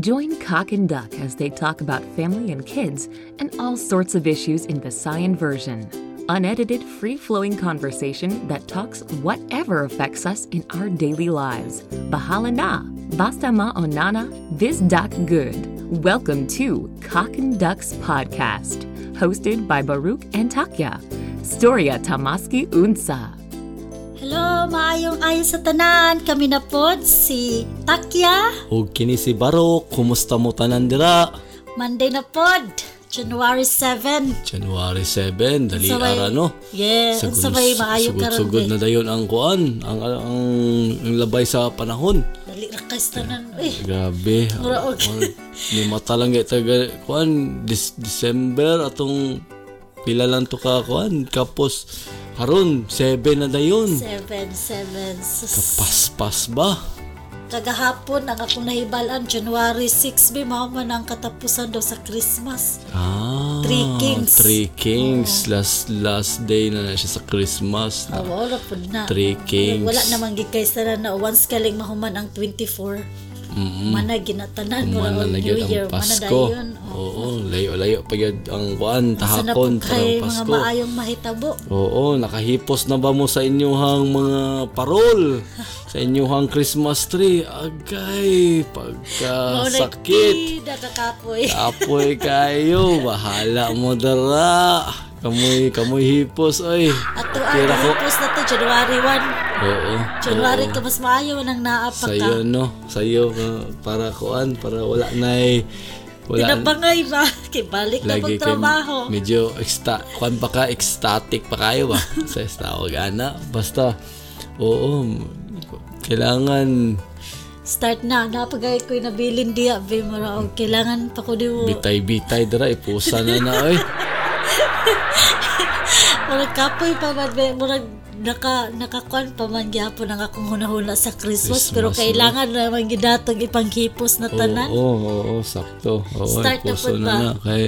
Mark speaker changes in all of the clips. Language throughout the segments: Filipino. Speaker 1: Join Cock and Duck as they talk about family and kids and all sorts of issues in Visayan version. Unedited, free flowing conversation that talks whatever affects us in our daily lives. Bahala na, basta maonana, this duck good. Welcome to Cock and Ducks Podcast, hosted by Baruch and Takya. Storya Tamaski Unsa.
Speaker 2: Hello, maayong ayon sa tanan. Kami na po si Takya.
Speaker 3: Huwag kini si Barok, kumusta mo tanan dira?
Speaker 2: Monday na po, January 7.
Speaker 3: January 7, dali
Speaker 2: Sabay-
Speaker 3: ara no.
Speaker 2: Yeah, ang sabay maayong karon eh.
Speaker 3: sugod na dayon ang kuan, ang, ang, ang labay sa panahon.
Speaker 2: Dali rakas tanan. Eh,
Speaker 3: Grabe.
Speaker 2: Mura, okay.
Speaker 3: Ang- Ni mata lang kay taga kuan Dis- December atong pila lang to ka kuan kapos haron 7 na dayon.
Speaker 2: 7, 7. Sus.
Speaker 3: Paspas ba?
Speaker 2: Kagahapon, ang akong nahibalan, January 6, may mama na ang katapusan daw sa Christmas.
Speaker 3: Ah,
Speaker 2: Three Kings. Oh.
Speaker 3: Three Kings. Last last day na na siya sa Christmas. Na.
Speaker 2: Awa, wala po na.
Speaker 3: Ah. Three Kings.
Speaker 2: Wala namang gikay sa na once kaling mahuman ang 24.
Speaker 3: Mm-mm.
Speaker 2: Mana ginatanan mo
Speaker 3: Mm-hmm. Mana
Speaker 2: ang
Speaker 3: na
Speaker 2: New
Speaker 3: gyud
Speaker 2: Year.
Speaker 3: ang
Speaker 2: Mana
Speaker 3: Pasko.
Speaker 2: dayon. Oh.
Speaker 3: Oo, layo-layo pa gyud ang kuan
Speaker 2: Sa
Speaker 3: tahakon
Speaker 2: napagkay,
Speaker 3: parang
Speaker 2: mga
Speaker 3: Pasko.
Speaker 2: maayong mahitabo.
Speaker 3: Oo, nakahipos na ba mo sa inyuhang mga parol? sa inyuhang Christmas tree? Agay, Ah, pagkasakit.
Speaker 2: Nakakapoy.
Speaker 3: Ah, Apoy kayo, bahala mo dara. Kamoy, kamoy hipos, oy.
Speaker 2: Ato ang
Speaker 3: Tira ko.
Speaker 2: tapos na to, January 1.
Speaker 3: Oo.
Speaker 2: January ka mas maayo nang naapak ka.
Speaker 3: Sa'yo, no? Sa'yo, ah, para kuan, para wala na'y... Wala,
Speaker 2: Tinabangay ba? Kay balik na
Speaker 3: Lagi kayo
Speaker 2: magtrabaho.
Speaker 3: medyo eksta, kwan pa ka, ecstatic pa kayo ba? sa tawag, ana. Basta, oo, m- kailangan
Speaker 2: Start na. Napagay ko'y nabilin diya. Be, mara, o, kailangan pa ko di mo.
Speaker 3: bitay-bitay dara, ipusa na eh. na, oy.
Speaker 2: Murag kapoy pa man. Be, murag naka nakakuan pa man gyapon ang akong hunahuna sa Christmas,
Speaker 3: Christmas,
Speaker 2: pero
Speaker 3: no?
Speaker 2: kailangan na man gidatog ipanghipos na
Speaker 3: Oo,
Speaker 2: tanan.
Speaker 3: oo, oo, sakto. Oo,
Speaker 2: Start na
Speaker 3: ipuso
Speaker 2: po
Speaker 3: na
Speaker 2: ba?
Speaker 3: na. Kay,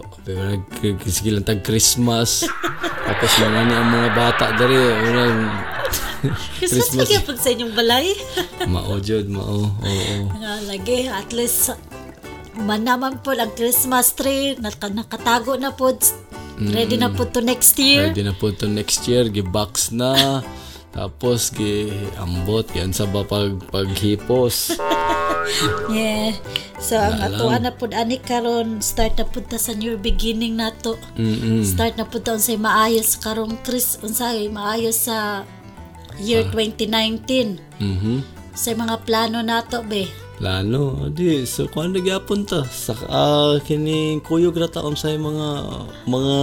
Speaker 3: oh, pero nag- sige lang tag Christmas. Tapos mga ni ang mga bata eh, dali. Unang
Speaker 2: Christmas,
Speaker 3: Christmas.
Speaker 2: Christmas. lagi pag sa inyong balay.
Speaker 3: mao jud, mao. Oo.
Speaker 2: Nga lagi, at least man naman po ang Christmas tree, naka, nakatago na po. Ready na po to next year.
Speaker 3: Ready na po to next year, gi-box na. Tapos gi ambot yan sa ba pag paghipos.
Speaker 2: Yeah. So ang atuan na po ani karon start na po ta sa new beginning na to.
Speaker 3: Mm-mm.
Speaker 2: Start na po ta unsay maayos karong Chris unsay maayos sa year 2019.
Speaker 3: Mhm.
Speaker 2: Sa mga plano nato be.
Speaker 3: Lalo, di so kuan nagyapon ta sa ah, kining kuyog ra ta unsay um, mga mga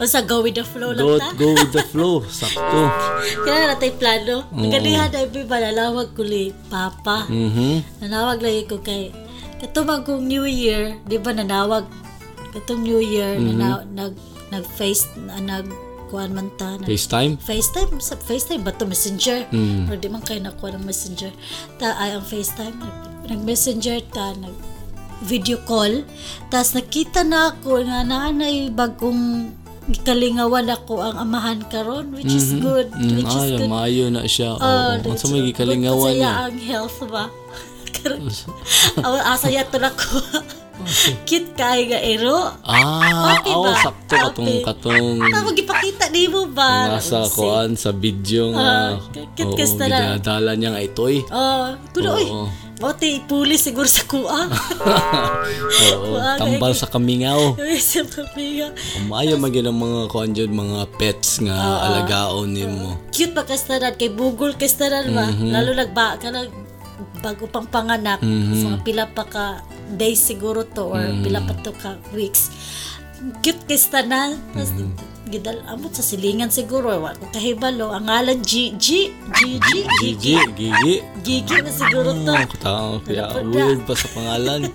Speaker 2: Unsa go with the flow
Speaker 3: go,
Speaker 2: lang ta.
Speaker 3: go with the flow sakto.
Speaker 2: Kaya natay plano. Magadihan na ibi malalawag kuli papa.
Speaker 3: Mhm.
Speaker 2: nanawag lagi ko kay katong kong New Year, di ba nanawag katong New Year nana- nag nag face nag kuan man ta nag-
Speaker 3: FaceTime?
Speaker 2: FaceTime sa FaceTime ba to Messenger
Speaker 3: Mm.
Speaker 2: or di man kayo nakuha ng Messenger ta ay ang FaceTime nag Messenger ta nag video call tas nakita na ako nga nanay bagong kalingawan ako ang amahan karon which is good
Speaker 3: Mm,
Speaker 2: which is
Speaker 3: ay,
Speaker 2: good
Speaker 3: maayo na siya.
Speaker 2: Ah,
Speaker 3: Oo.
Speaker 2: dun
Speaker 3: Unsa
Speaker 2: sa-
Speaker 3: may gikalingawan
Speaker 2: dun
Speaker 3: niya?
Speaker 2: Saya ang health ba? Karon- Aw- Asa ya to na ko. Cute kay nga ero.
Speaker 3: Ah,
Speaker 2: Happy
Speaker 3: oo,
Speaker 2: ba?
Speaker 3: sakto katong
Speaker 2: Happy.
Speaker 3: katong
Speaker 2: Ano mo gipakita ni mo ba?
Speaker 3: nasa
Speaker 2: Say,
Speaker 3: kuan sa video
Speaker 2: Ah,
Speaker 3: nga.
Speaker 2: kit-
Speaker 3: Oo,
Speaker 2: kitkas na lang.
Speaker 3: ginadala niya nga itoy.
Speaker 2: Oh, kuno oy.
Speaker 3: Oo.
Speaker 2: Bote ipuli siguro sa kuha.
Speaker 3: Oo,
Speaker 2: Ah. Kuha,
Speaker 3: tambal sa kamingaw.
Speaker 2: Ay, sa pamilya.
Speaker 3: Maayo magin ang mga kuan dyan, mga pets
Speaker 2: Ah,
Speaker 3: nga alagaon nimo.
Speaker 2: Cute ba kastanan kay bugol kastanan ba? Lalo nagba ka nag bago pang panganak. So pila pa ka days siguro to or pila pa to ka weeks. Cute kastanan. Tapos gidal amot sa silingan siguro wa ko kahibalo ang ngalan G G G G Mm.
Speaker 3: Gigi, Gigi.
Speaker 2: Gigi na siguro to.
Speaker 3: Ang Tao, kaya weird pa sa pangalan.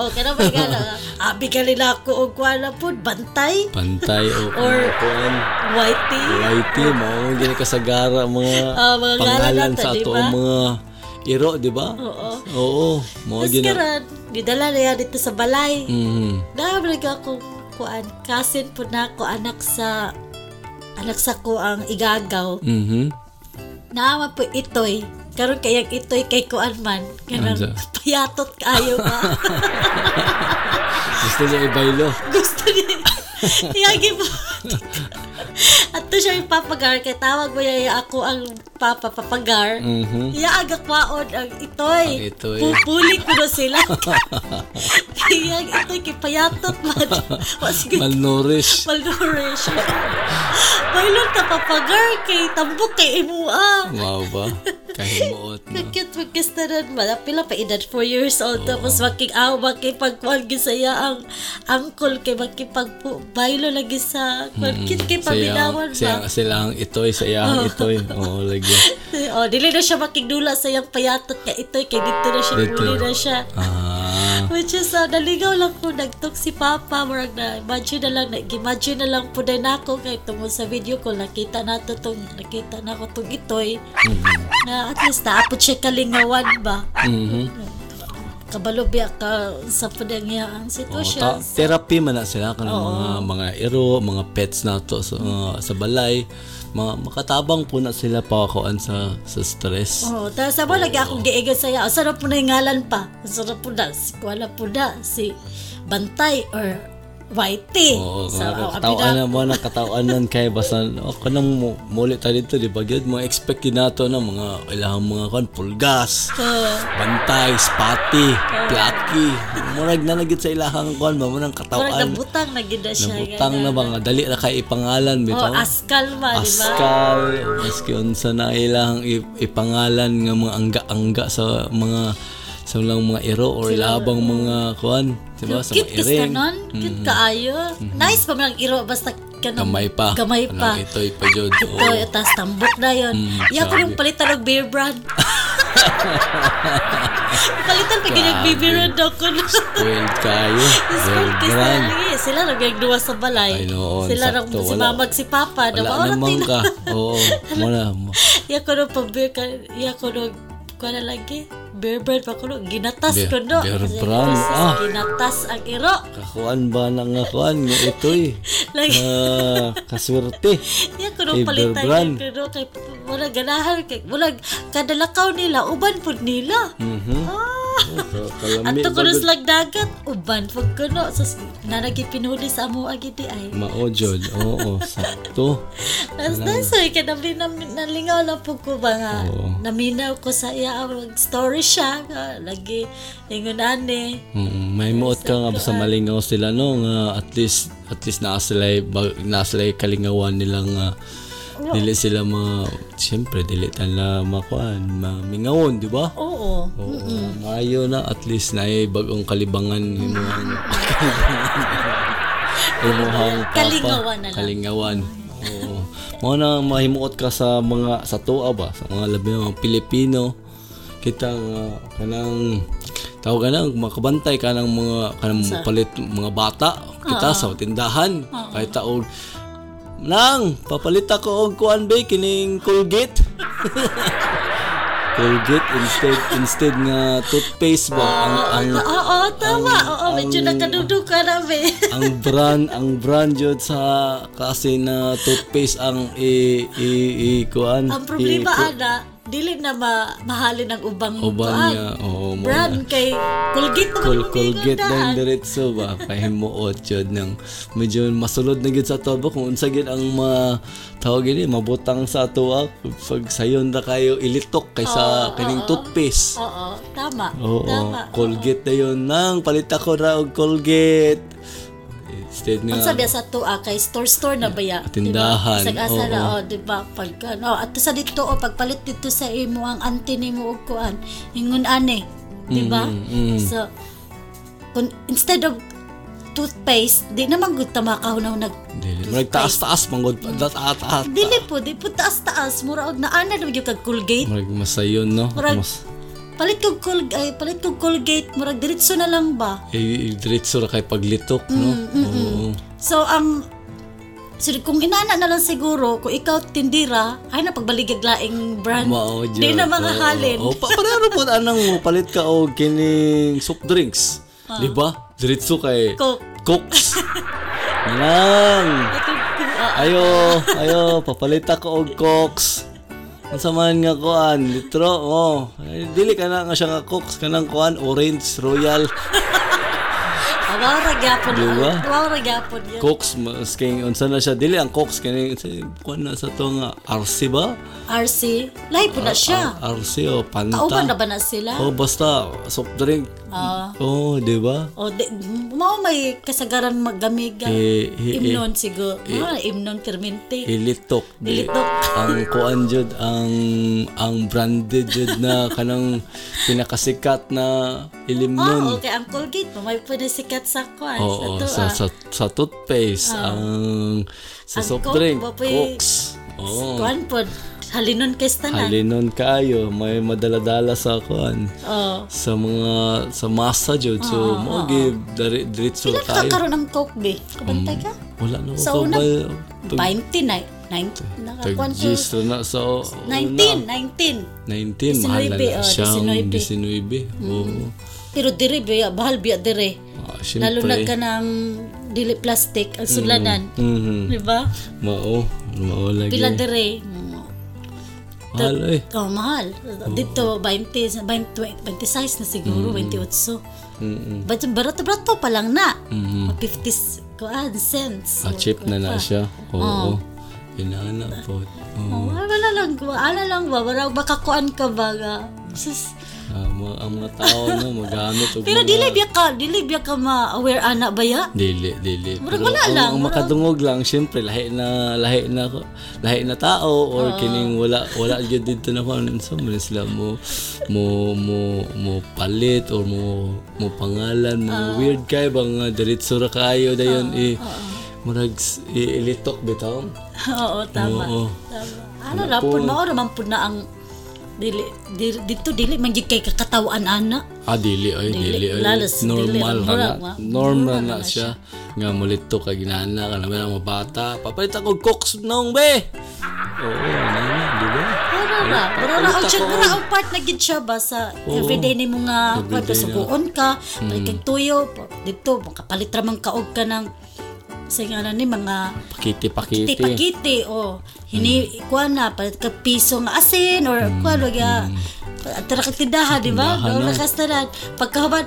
Speaker 2: O kana ba Oh, gala? Abi ka nila ako og wala pod bantay
Speaker 3: Pantay o
Speaker 2: Or-
Speaker 3: kuan.
Speaker 2: whitey.
Speaker 3: Whitey, mao gini kasagara ang mga
Speaker 2: Ah, mga
Speaker 3: pangalan
Speaker 2: ngalan na to,
Speaker 3: sa
Speaker 2: di
Speaker 3: ato
Speaker 2: ba?
Speaker 3: ang mga iro, di ba?
Speaker 2: Oo.
Speaker 3: Oo, mao
Speaker 2: Tapos
Speaker 3: gina.
Speaker 2: karon gidala na yan dito sa balay.
Speaker 3: Mhm.
Speaker 2: Nabrag ako kuan kasin po na ako anak sa anak sa ko ang igagaw.
Speaker 3: Mhm.
Speaker 2: Naama po itoy karon kayang ito'y kay kuan man kanang
Speaker 3: Ano siya?
Speaker 2: payatot kaayo ba
Speaker 3: Gusto niya ibaylo.
Speaker 2: gusto niya yagi po at to siya yung papagar kay tawag mo yaya ako ang papa papagar
Speaker 3: Mhm.
Speaker 2: iya aga kwaon ang itoy
Speaker 3: Ang itoy.
Speaker 2: pupulit ko na sila iya itoy kay payatot man was good
Speaker 3: Malnourished.
Speaker 2: malnourished Bailon ta papagar kay tambok kay ah. imua.
Speaker 3: Wow ba? Kahimuot na.
Speaker 2: Kakit magkastaran man. Pila pa edad, 4 years old. Tapos makiaw, makipagkuhan gisaya ang uncle kay makipagbaylo lagi sa
Speaker 3: Hmm,
Speaker 2: kuhan. Kit kay paminawan
Speaker 3: Mm. sayang,
Speaker 2: ba?
Speaker 3: sila ang itoy, sayang itoy. Oo, lagi.
Speaker 2: Oh, dili na siya makigdula sa iyang payatot ka ito. Kay dito na siya,
Speaker 3: Dito.
Speaker 2: dito. na siya.
Speaker 3: Ah,
Speaker 2: Which is, ah, naligaw lang ko, nagtok si Papa, murag na, imagine na lang, nag-imagine na lang po din ako, kahit tungkol sa video ko, nakita na to tong, nakita na ko tong itoy,
Speaker 3: Mm-hmm.
Speaker 2: na at least naapot siya kalingawan ba?
Speaker 3: mhm.
Speaker 2: kabalo biya ka sa padangyaan
Speaker 3: Oh,
Speaker 2: sitwasyon.
Speaker 3: ta- therapy man na sila kanang mga mga iro, mga pets na to sa
Speaker 2: Mm.
Speaker 3: mga- sa balay. Mga makatabang po na sila pakakuan sa sa stress.
Speaker 2: Oo, tapos sa lagi akong giigan sa'yo. Ang sarap po na yung ngalan pa. Ang sarap po na. Si Kuala po na. Si Bantay or Whitey.
Speaker 3: Oo,
Speaker 2: So,
Speaker 3: nga,
Speaker 2: ako,
Speaker 3: katawan
Speaker 2: oh, abida-
Speaker 3: na mo na katawan nan kay basta oh, kanang mo muli ta dito di ba gyud mga expect yun nato na mga ilahang mga kan pulgas.
Speaker 2: Oo.
Speaker 3: Bantay, spati, plaki. Murag na lagi sa ilahang kon mo
Speaker 2: Parang
Speaker 3: nang katawan.
Speaker 2: nabutang na gid na siya.
Speaker 3: Nabutang na ba nga dali na kay ipangalan
Speaker 2: Oh,
Speaker 3: bitaw.
Speaker 2: askal ma, di ba?
Speaker 3: Askal, maski unsa na ilang ip- ipangalan nga mga angga-angga sa mga sa lang mga iro or labang mga kuan, di ba? Diba, Sa
Speaker 2: Cute
Speaker 3: mga
Speaker 2: kis
Speaker 3: iring.
Speaker 2: kanon. Cute kaayo. Nice pa man ang iro. Basta kanon.
Speaker 3: Gamay pa. Oh.
Speaker 2: Gamay pa.
Speaker 3: Anong ito'y pa jud.
Speaker 2: Ito,
Speaker 3: Oo.
Speaker 2: tas tambok na yun.
Speaker 3: Mm-hmm.
Speaker 2: Iya ko yung palitan ng beer brand. palitan pag ginagbibiran daw ko na.
Speaker 3: Spoiled kayo. Well, grand.
Speaker 2: ah. Sila nang nagduwa sa balay.
Speaker 3: Ay, noon,
Speaker 2: Sila nang
Speaker 3: sakto,
Speaker 2: si
Speaker 3: wala.
Speaker 2: mamag si papa. na
Speaker 3: Wala
Speaker 2: maorat
Speaker 3: naman
Speaker 2: nila.
Speaker 3: ka. Oo. Wala. mo.
Speaker 2: Iya ko nung pabir ka. Iya ko nung kuha na lagi. Beer brand pa ko nung. Ginatas
Speaker 3: Beer-
Speaker 2: ko no.
Speaker 3: beer
Speaker 2: Kasi
Speaker 3: brand,
Speaker 2: process,
Speaker 3: ah.
Speaker 2: Ginatas ang iro.
Speaker 3: Kakuan ba na nga kuan nga ito'y?
Speaker 2: Lagi.
Speaker 3: Ah, kaswerte.
Speaker 2: Iya ko nung
Speaker 3: Kay
Speaker 2: palitan.
Speaker 3: Beer Brand.
Speaker 2: Iya ko nung kay wala ganahan kay wala kadalakaw nila uban pud nila
Speaker 3: Mhm.
Speaker 2: Ah.
Speaker 3: Ka-
Speaker 2: At
Speaker 3: Kalami
Speaker 2: to
Speaker 3: Oh, ba
Speaker 2: kunos lang dagat, uban pag kuno. So, nanagi pinuli sa amo agiti ay.
Speaker 3: Maojod. Oo, sakto.
Speaker 2: Tapos na so, ika nalingaw lang po ko ba nga.
Speaker 3: Oo.
Speaker 2: Naminaw ko sa iya, ang story siya. nga, Lagi, ingon ani.
Speaker 3: Mm, may muot ka nga sa malingaw sila no nga at least at least naa sila bag- naa sila kalingawan nila nga dili sila ma syempre dili tala makuan mamingawon di ba
Speaker 2: Oo.
Speaker 3: Oo, maayo na at least na eh, bagong kalibangan ano. imong imong papa
Speaker 2: Kalingawan na lang.
Speaker 3: kalingawan oo mao na mahimuot ka sa mga sa tuwa ba sa mga labi na mga Pilipino kita nga kanang tawag ka na makabantay ka ng mga kanang palit mga bata kita sa tindahan kahit taog nang papalit ako og kuan ba kining Colgate Colgate instead instead nga toothpaste ba ang ang
Speaker 2: Oo, oo, tama. Oo, medyo nakadudu ka na, be.
Speaker 3: ang brand ang brand jud sa kasi na toothpaste ang i i, i kuan
Speaker 2: Ang problema,
Speaker 3: i-
Speaker 2: ana, dili na ma mahalin ang ubang ah.
Speaker 3: uban
Speaker 2: kuan.
Speaker 3: niya oo mo
Speaker 2: Brand kay Colgate naman
Speaker 3: Col
Speaker 2: ang
Speaker 3: Colgate
Speaker 2: pinundahan.
Speaker 3: lang diretso ba pahimuot jud ng medyo masulod na gid sa tubo kung unsa gid ang ma tawag ini mabutang sa tuwa pag sayon na kayo ilitok kaysa kaning toothpaste
Speaker 2: Oo, tama.
Speaker 3: Oo,
Speaker 2: tama.
Speaker 3: Colgate na yun. Nang, palita ko ra og Colgate. Instead
Speaker 2: Ang
Speaker 3: nga,
Speaker 2: sabi sa tua kay store-store na ba ya?
Speaker 3: Tindahan,
Speaker 2: Diba? Sa
Speaker 3: oo.
Speaker 2: na, oh, di ba? Pagka, no, at sa dito, oh, pagpalit dito sa imo, ang auntie ni mo og kuan, ingon ane, di ba?
Speaker 3: Mm,
Speaker 2: So, kun, instead of toothpaste, di naman good ta makahunaw nag
Speaker 3: dili. Murag taas-taas, manggod pa. Taas-taas.
Speaker 2: Dili po, di po taas-taas, mura og naana na yung kag Colgate.
Speaker 3: Murag masayon, no?
Speaker 2: Murag-
Speaker 3: Mas,
Speaker 2: Palit kog Colgate, ay, palit kog Colgate, murag diretso na lang ba?
Speaker 3: eh, diretso ra kay paglitok, no?
Speaker 2: Mm,
Speaker 3: Oo.
Speaker 2: So, ang So, kung inana na lang siguro, kung ikaw tindira, ay na pagbaligag laing brand.
Speaker 3: Mao jud.
Speaker 2: Di na mga
Speaker 3: Oo.
Speaker 2: halin.
Speaker 3: Oo, Oh, pa pareho po anang mo palit ka og kining soft drinks.
Speaker 2: Ah.
Speaker 3: Di ba? Diretso kay
Speaker 2: Coke.
Speaker 3: Cokes. Nang.
Speaker 2: Ito, kung- ah,
Speaker 3: Ayo, ayo, papalit ako og oh, Cokes. Ang samahan nga kuan, litro, oh. Ay, Dili ka na nga siya nga cooks, kanang kuan, orange, royal,
Speaker 2: Awara gapon.
Speaker 3: Diba?
Speaker 2: Awara gapon yun.
Speaker 3: cooks, mas kay unsa na siya, dili ang cooks, kani, kuan na sa to nga, RC ba?
Speaker 2: RC. Lahi po na siya.
Speaker 3: Ah, RC o, panta.
Speaker 2: Kauban na ba na sila? Ah,
Speaker 3: Oh, basta, soft drink. oh, di ba?
Speaker 2: O, di, mao may kasagaran maggamiga.
Speaker 3: Eh, eh,
Speaker 2: imnon siguro. Ah, imnon fermente.
Speaker 3: Ilitok. di.
Speaker 2: Ilitok.
Speaker 3: ang kuan jud ang ang branded jud na kanang pinakasikat na ilimnon.
Speaker 2: Ah, okay. Ang Colgate mo, may pwede sikat sa kwan.
Speaker 3: Oo,
Speaker 2: to,
Speaker 3: sa,
Speaker 2: ah.
Speaker 3: sa, sa toothpaste, ang sa
Speaker 2: Ang
Speaker 3: soft
Speaker 2: Coke,
Speaker 3: drink,
Speaker 2: baboy.
Speaker 3: cokes. Oo.
Speaker 2: Kwan po. Halinon kesta na.
Speaker 3: Halinon kaayo, may madaladala sa kuan.
Speaker 2: Oh. Ah,
Speaker 3: Sa mga sa masa jud. So, mo give dari diretso
Speaker 2: Ilan ka
Speaker 3: kayo.
Speaker 2: karon ng Coke, be? Kabantay ka?
Speaker 3: Wala na
Speaker 2: Sa
Speaker 3: ko
Speaker 2: una,
Speaker 3: ba?
Speaker 2: 20 na. 19.
Speaker 3: Tag
Speaker 2: Nakakuan ko.
Speaker 3: 10 na na sa o- una.
Speaker 2: 19, 19.
Speaker 3: 19, mahal na
Speaker 2: 19,
Speaker 3: na
Speaker 2: oh, Mm.
Speaker 3: siyang
Speaker 2: 19.
Speaker 3: 19. Oo.
Speaker 2: Pero dire, be, bahal biya dire.
Speaker 3: Ah,
Speaker 2: Lalo na ka
Speaker 3: syempre.
Speaker 2: ng dili plastic ang sudlanan.
Speaker 3: Mhm.
Speaker 2: Di ba?
Speaker 3: Mao, mao lagi.
Speaker 2: Pila dire. Mm.
Speaker 3: Mahal eh.
Speaker 2: Oh, mahal. Dito, 20, 20, 26 na siguro, 28.
Speaker 3: Mm-mm.
Speaker 2: But yung barato-barato pa lang na. Mm. 50 kuan, cents.
Speaker 3: Ah, chip na na siya. Oo. Inana po. Oo.
Speaker 2: Oh, wala lang, wala lang ba? Wala, baka kuan ka ba nga? Sus.
Speaker 3: Ah, mga, ang mga tao na magamit. og
Speaker 2: Pero
Speaker 3: mga-
Speaker 2: dili biya ka, dili biya ka ma-aware ana ba ya?
Speaker 3: Dili, dili.
Speaker 2: Murag wala
Speaker 3: ang,
Speaker 2: lang,
Speaker 3: Ang
Speaker 2: murag-
Speaker 3: makadungog lang, syempre, lahi na, lahi na, lahi na tao, or kining wala, wala yun dito na kung ano so, man sila mo, mo, mo, mo palit, or mo, mo pangalan, mo weird kay bang uh, diretso ra kayo, dayon, eh, murag, s- i- ilitok bitaw.
Speaker 2: Oo, tama.
Speaker 3: Oo.
Speaker 2: Tama. Ano ra pud mao ra man pud na ang dili dili- dito dili man gyud kay kakatawan ana.
Speaker 3: Ah, dili ay,
Speaker 2: Dili,
Speaker 3: dili, ay.
Speaker 2: lalas,
Speaker 3: normal
Speaker 2: dili,
Speaker 3: ra na.
Speaker 2: murag, wa-
Speaker 3: Normal na siya. Nga mulito ka ginana ka naman ang mga bata. Papalit ako koks nung be. Oo, ano na, di ba?
Speaker 2: Ano ra? Pero ra ang
Speaker 3: Ulit
Speaker 2: siya
Speaker 3: ako.
Speaker 2: ra ang part na gid siya ba sa
Speaker 3: Oo.
Speaker 2: everyday ni mo nga
Speaker 3: Everyday Mm.
Speaker 2: kwarto
Speaker 3: na.
Speaker 2: suguon ka, balik kay tuyo, pa- dito makapalit ra man kaog ka ng sa nga ni mga
Speaker 3: Pakiti-pakiti.
Speaker 2: tipakiti o oh.
Speaker 3: Hmm.
Speaker 2: hini kuan na palit ka piso nga asin or ah, kuan wag ya tara ka tindahan di ba
Speaker 3: Hmm. Tindahan
Speaker 2: no
Speaker 3: na.
Speaker 2: na kastanan pagkahuman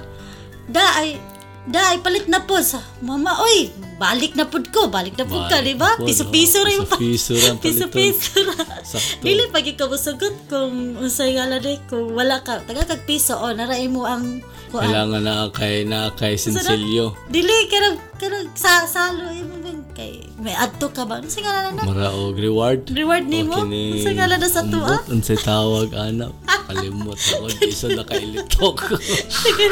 Speaker 2: da ay da ay palit na po sa mama oy balik na pud ko balik na pud ka di
Speaker 3: Balik
Speaker 2: ba
Speaker 3: na pud,
Speaker 2: piso piso
Speaker 3: oh.
Speaker 2: ra yung pa-
Speaker 3: Piso-piso ra ang
Speaker 2: piso piso ra
Speaker 3: Sakto.
Speaker 2: dili pag ikaw musugot kung unsay nga day kung wala ka taga kag piso o naraay mo ang kuan
Speaker 3: Kailangan na kay na kay
Speaker 2: Sa-
Speaker 3: Sinsilyo.
Speaker 2: dili karag karag sa salo imo man kay may adto ka ba unsay nga na
Speaker 3: Maraog reward.
Speaker 2: Reward ni mo? Sa ngala na sa ah. tuwa?
Speaker 3: Unsay tawag anak. Kalimot ako. Isa na kailitok.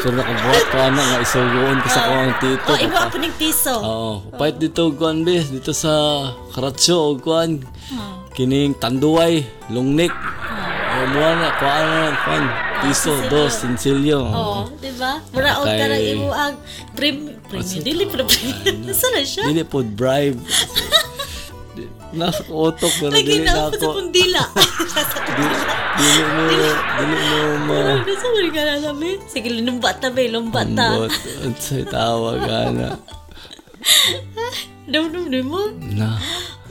Speaker 3: so nakabuhat ko anak nga isugoon ko sa kuwang tito.
Speaker 2: Oh, imo
Speaker 3: Kapa-
Speaker 2: ang puning piso.
Speaker 3: Oo. Oh, Pahit dito kuan be, dito sa Karatsyo o kuan. Kining tanduway, lungnik. Oh. mo na kuan na lang, kuan. Piso,
Speaker 2: sinsilyo.
Speaker 3: dos, sinsilyo.
Speaker 2: Oh, di ba? Mura og
Speaker 3: Okay.
Speaker 2: kana imo ang prim premium dili pero premium. Sana siya.
Speaker 3: Ano? Dili po bribe. Nasa utok pero dili na
Speaker 2: Naginaw pa sa
Speaker 3: ako.
Speaker 2: kundila.
Speaker 3: Dili dili mo, dili mo ma.
Speaker 2: Sa mga ka na sabi. Sige, lumbat na ba? Lumbat na.
Speaker 3: But, at sa tawag ana.
Speaker 2: Dum-dum dum mo.
Speaker 3: Na,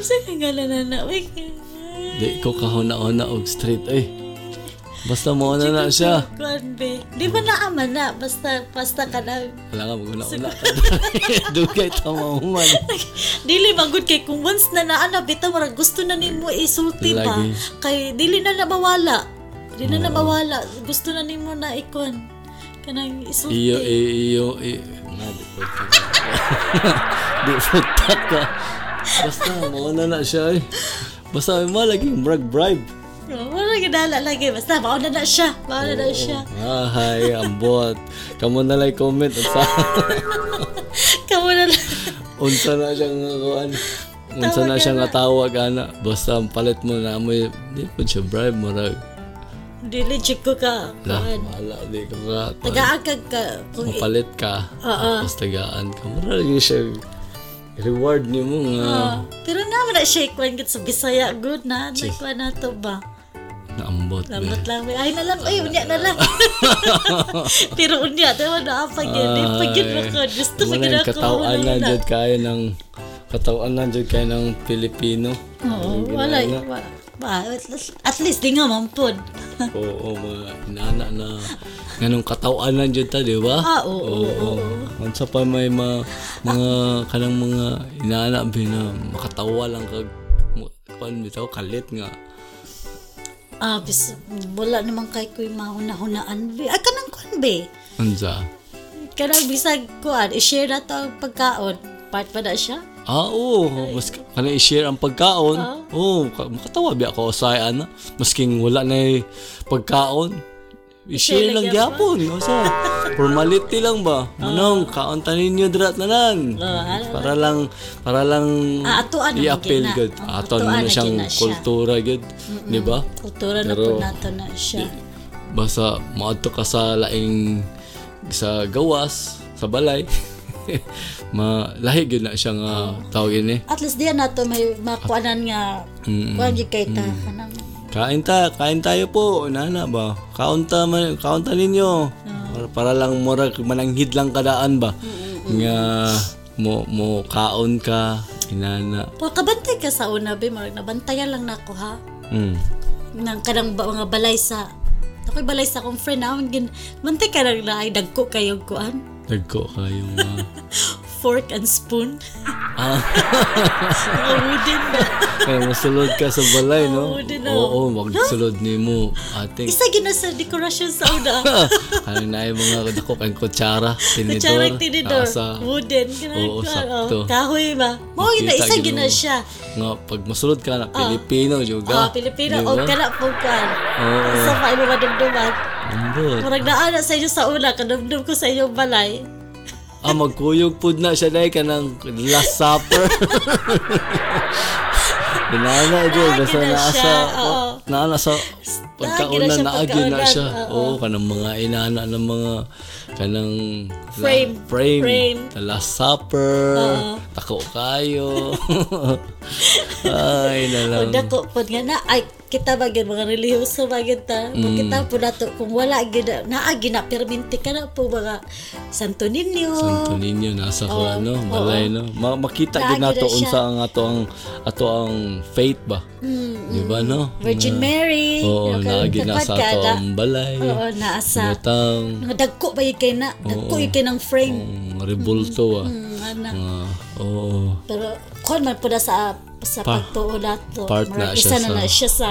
Speaker 2: Sa kagala na na. Uy,
Speaker 3: di ko kahuna-una og straight ay. Basta mo na na siya.
Speaker 2: Kuan be. Di ba naaman na? Basta, basta ka na.
Speaker 3: Wala ka maguna-una. Dugay tama man.
Speaker 2: Dili magud kay kung once na naana bitaw ra gusto na nimo isulti ba
Speaker 3: Lagi.
Speaker 2: kay dili na na mawala. Dili na na mawala. Gusto na nimo na ikon kanang
Speaker 3: Iyo, eh.
Speaker 2: isulti.
Speaker 3: iyo, iyo, iyo. Na, di po Di po taka. Basta, mauna na siya eh. Basta, may mga laging brag bribe.
Speaker 2: No, wala gidala lagi basta mao na na siya. Mao na na siya.
Speaker 3: Ah, hi, ambot. Kamu na lang comment. Unsa,
Speaker 2: Kamo na lang.
Speaker 3: unsa na siya nga kuan. Unsa na siya nga tawag, ana. Basta, ang palit mo na amoy. Di po siya bribe, marag.
Speaker 2: Dili jud ko ka.
Speaker 3: Lah, wala, di ka ka.
Speaker 2: Tagaakag ka kung i-
Speaker 3: Mapalit ka. Tapos tagaan ka. Marag yun siya. Reward ni mo nga.
Speaker 2: Ah, pero na man na siya ikwan gid sa Bisaya good na nagkwan na to ba.
Speaker 3: Naambot. eh. be.
Speaker 2: Lambat lang. Ay, na lang. Ay, unya na lang. Pero unya, tayo na apa yun. Ay,
Speaker 3: Ah,
Speaker 2: pag yun
Speaker 3: Ay,
Speaker 2: ako, gusto
Speaker 3: wala
Speaker 2: pag yun
Speaker 3: yung
Speaker 2: ako.
Speaker 3: katawan
Speaker 2: wala
Speaker 3: na
Speaker 2: na.
Speaker 3: dyan kaya ng katawan na dyan kaya ng Pilipino.
Speaker 2: Oh, Oo, wala.
Speaker 3: Wala.
Speaker 2: wala. ba? At least di nga mampod.
Speaker 3: Oo, mga inana na nganong katawanan dyan ta, di ba?
Speaker 2: Ah, oo,
Speaker 3: Oh,
Speaker 2: oo,
Speaker 3: Ang sa pa may mga, mga kanang mga inana ba na makatawa lang kag mo- kuan bitaw kalit nga.
Speaker 2: Ah, bis, wala naman kay kuy mahuna-hunaan. be. Ay, kanang kuan be.
Speaker 3: Unsa?
Speaker 2: Kanang bisag kuan, i-share na to ang pagkaon. Part pa na siya?
Speaker 3: Ah, oo. Mas kanang i-share ang pagkaon.
Speaker 2: Ah.
Speaker 3: Oo, ka- makatawa ba ako sa ana? Masking wala na eh pagkaon. I-share
Speaker 2: I-share
Speaker 3: lang
Speaker 2: lang
Speaker 3: gyapon. O sa, formality lang ba? Manong,
Speaker 2: Ah.
Speaker 3: kaon tanin nyo drat na lang. para lang, para lang
Speaker 2: Ah, atuan na
Speaker 3: i-appeal
Speaker 2: gid na.
Speaker 3: good.
Speaker 2: Ah,
Speaker 3: Atuan mo
Speaker 2: atuan
Speaker 3: na
Speaker 2: na
Speaker 3: siyang
Speaker 2: gid na siya.
Speaker 3: kultura good. Di ba?
Speaker 2: Kultura na po
Speaker 3: Pero-
Speaker 2: nato na siya.
Speaker 3: Basta maadto ka sa laing sa gawas, sa balay. ma lahi gyud na siya
Speaker 2: Ah.
Speaker 3: nga tawag eh. ini.
Speaker 2: At least diyan nato may makuanan nga
Speaker 3: Hmm.
Speaker 2: kuan gyud kay ta kanang
Speaker 3: Kain ta, kain tayo po. Nana ba? Kaunta man, kaunta ninyo.
Speaker 2: Ah.
Speaker 3: Para, para lang mura mananghid lang kadaan ba.
Speaker 2: Mm,
Speaker 3: Nga mo mo kaon ka inana.
Speaker 2: Well, kabantay ka sa una, be, Mark. Nabantayan lang nako, ha?
Speaker 3: Mm.
Speaker 2: Nang kanang ba, mga balay sa... Ako'y balay sa akong friend, ha? Gin, bantay ka lang na, ay, dagko kayo kuan.
Speaker 3: Nagko kayo ma.
Speaker 2: Fork and spoon.
Speaker 3: Ah.
Speaker 2: Mga wooden ba?
Speaker 3: Kaya masulod ka sa balay, no?
Speaker 2: Oo, di na.
Speaker 3: Oo, wag sulod ni mo. Ate,
Speaker 2: Isa gina sa decoration sa una.
Speaker 3: ano na yung mga dako kang kutsara, tinidor.
Speaker 2: Kutsarang tinidor.
Speaker 3: Asa,
Speaker 2: Wooden. Kanang
Speaker 3: Ah, Oo,
Speaker 2: kuan,
Speaker 3: sakto.
Speaker 2: oh. Kahoy ba? Mga gina,
Speaker 3: Kita
Speaker 2: isa
Speaker 3: gid
Speaker 2: gina
Speaker 3: mo.
Speaker 2: siya.
Speaker 3: Nga, pag masulod ka na, Pilipino, juga.
Speaker 2: Oh, Ah. Pilipino.
Speaker 3: Di
Speaker 2: O,
Speaker 3: ba?
Speaker 2: kana po kuan.
Speaker 3: Diba? Oo.
Speaker 2: Isa pa, ano madamdaman.
Speaker 3: Ambot.
Speaker 2: Murag naana sa inyo sa una, kanamdam ko sa inyong balay.
Speaker 3: Ah, magkuyog pud na siya dahil ka ng last supper. Inana dyan,
Speaker 2: Naagi
Speaker 3: basta
Speaker 2: na
Speaker 3: naasa,
Speaker 2: siya,
Speaker 3: oh,
Speaker 2: oo.
Speaker 3: naana sa
Speaker 2: na
Speaker 3: pagkauna,
Speaker 2: siya,
Speaker 3: naagi na
Speaker 2: pagkaunan,
Speaker 3: siya. Oo,
Speaker 2: oo.
Speaker 3: kanang mga inana ng mga, kanang la-
Speaker 2: Frame.
Speaker 3: frame,
Speaker 2: Frame.
Speaker 3: the last supper, tako kayo.
Speaker 2: Pag
Speaker 3: Ay, nalang.
Speaker 2: dako po nga na ay kita ba gyud mga relihiyoso ba gyud ta. Pag kita po nato kung wala gyud na naa gina perminti ka na po mga Santo Niño.
Speaker 3: Santo Niño nasa ko
Speaker 2: Oo,
Speaker 3: ano, malay no. Ma- makita
Speaker 2: Lagi
Speaker 3: gid nato
Speaker 2: na siya.
Speaker 3: unsa ang ato ang ato ang faith ba.
Speaker 2: Mm,
Speaker 3: Di ba no?
Speaker 2: Virgin Mary.
Speaker 3: Oo,
Speaker 2: Ano ka-
Speaker 3: lagi eh. na
Speaker 2: tapad
Speaker 3: sa
Speaker 2: ka
Speaker 3: ato
Speaker 2: na.
Speaker 3: ang balay.
Speaker 2: Oo, naasa.
Speaker 3: Butang,
Speaker 2: Mga dagko ba yun kay na? Dagko yun kay ng frame.
Speaker 3: mga rebulto ah.
Speaker 2: Mm, ana.
Speaker 3: Ah, oo.
Speaker 2: Pero kon man po na sa sa oh,
Speaker 3: Pa-
Speaker 2: pagtuo nato.
Speaker 3: part Oh. na
Speaker 2: Murag
Speaker 3: siya
Speaker 2: isa na
Speaker 3: sa-
Speaker 2: na siya sa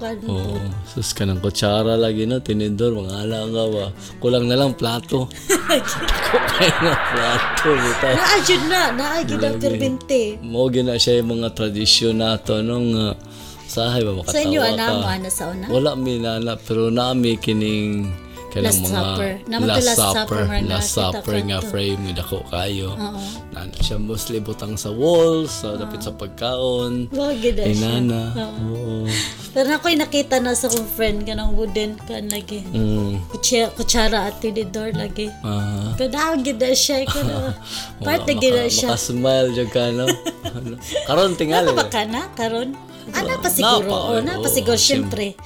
Speaker 2: kon.
Speaker 3: Oo, sus ka ng kutsara lagi no, tinidor, mga alaga ba. Kulang na lang plato. Kaya na plato, bitaw.
Speaker 2: Naa jud na, naa gyud ang perminti.
Speaker 3: Mo gina siya yung mga tradisyon nato nung uh, sahay ba makatawa
Speaker 2: Sa inyo ano?
Speaker 3: ka.
Speaker 2: ana mo ana sa una.
Speaker 3: Wala mi nana pero nami kining kanang
Speaker 2: Last
Speaker 3: mga
Speaker 2: supper. Namo to last supper, Marna,
Speaker 3: last
Speaker 2: kita
Speaker 3: supper
Speaker 2: ka
Speaker 3: nga
Speaker 2: to.
Speaker 3: frame nga dako kayo. Nana siya mostly butang sa walls, sa dapit sa pagkaon.
Speaker 2: Wa gyud na
Speaker 3: Ay
Speaker 2: siya.
Speaker 3: nana. Oo.
Speaker 2: Pero ako'y nakita na sa kong friend ka ng wooden kan lagi.
Speaker 3: Mm.
Speaker 2: Kutsara, kutsara at tinidor lagi.
Speaker 3: Ah.
Speaker 2: Kanang gina siya. eh, Kanang part na
Speaker 3: Maka-
Speaker 2: gina siya.
Speaker 3: Makasmile dyan ka, no? Ano? Karon tingali.
Speaker 2: Ano ba ka na karon? Ana pa siguro.
Speaker 3: Napa, oh,
Speaker 2: O, na pa
Speaker 3: oo,
Speaker 2: siguro.
Speaker 3: siyem-
Speaker 2: Siyempre.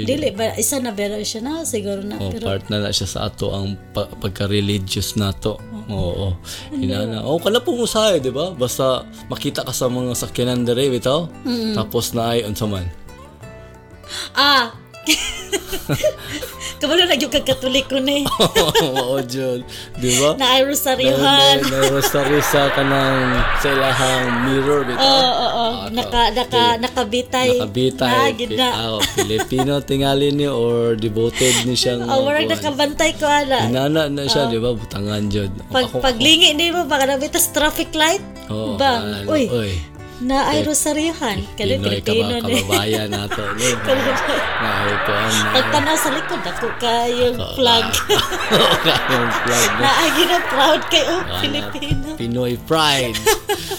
Speaker 2: Dili ba? Isa na bero siya na. Siguro na.
Speaker 3: Oh,
Speaker 2: Pero
Speaker 3: part na na siya sa ato ang pa- pagka-religious nato. Oo. Inana. Oh, kala po usahay, di ba? Basta makita ka sa mga sakyanan dere bitaw. Tapos na ay unsa man.
Speaker 2: Ah! Kabalo na yung kagkatuliko na eh.
Speaker 3: Oo, Jol. Di ba?
Speaker 2: Na ay rosaryuhan.
Speaker 3: Narosary sa kanang sa ilahang mirror
Speaker 2: Oo,
Speaker 3: bitaw.
Speaker 2: oo, oo. Naka, naka, nakabitay.
Speaker 3: Ah, Nakabitay.
Speaker 2: Nagid
Speaker 3: Pi-
Speaker 2: na.
Speaker 3: ah, oh, Filipino tingali ni or devoted ni siyang
Speaker 2: Oh, marag
Speaker 3: kuwan.
Speaker 2: nakabantay ko ala.
Speaker 3: Inana na siya, di ba? Butangan jud.
Speaker 2: Ah. Pag
Speaker 3: Ako-
Speaker 2: paglingi ni mo baka nabitas traffic light.
Speaker 3: Oo,
Speaker 2: bang.
Speaker 3: ano,
Speaker 2: uy.
Speaker 3: uy.
Speaker 2: Na ay rosaryuhan. Kali
Speaker 3: Pinoy ka ba?
Speaker 2: Pilipino ni.
Speaker 3: Kababayan nato. Ano yun? Maaari ko ang
Speaker 2: Pagtanaw sa likod ako kayong flag.
Speaker 3: Kayong flag.
Speaker 2: na ay gina proud kay oh, Pilipino.
Speaker 3: Pinoy fried.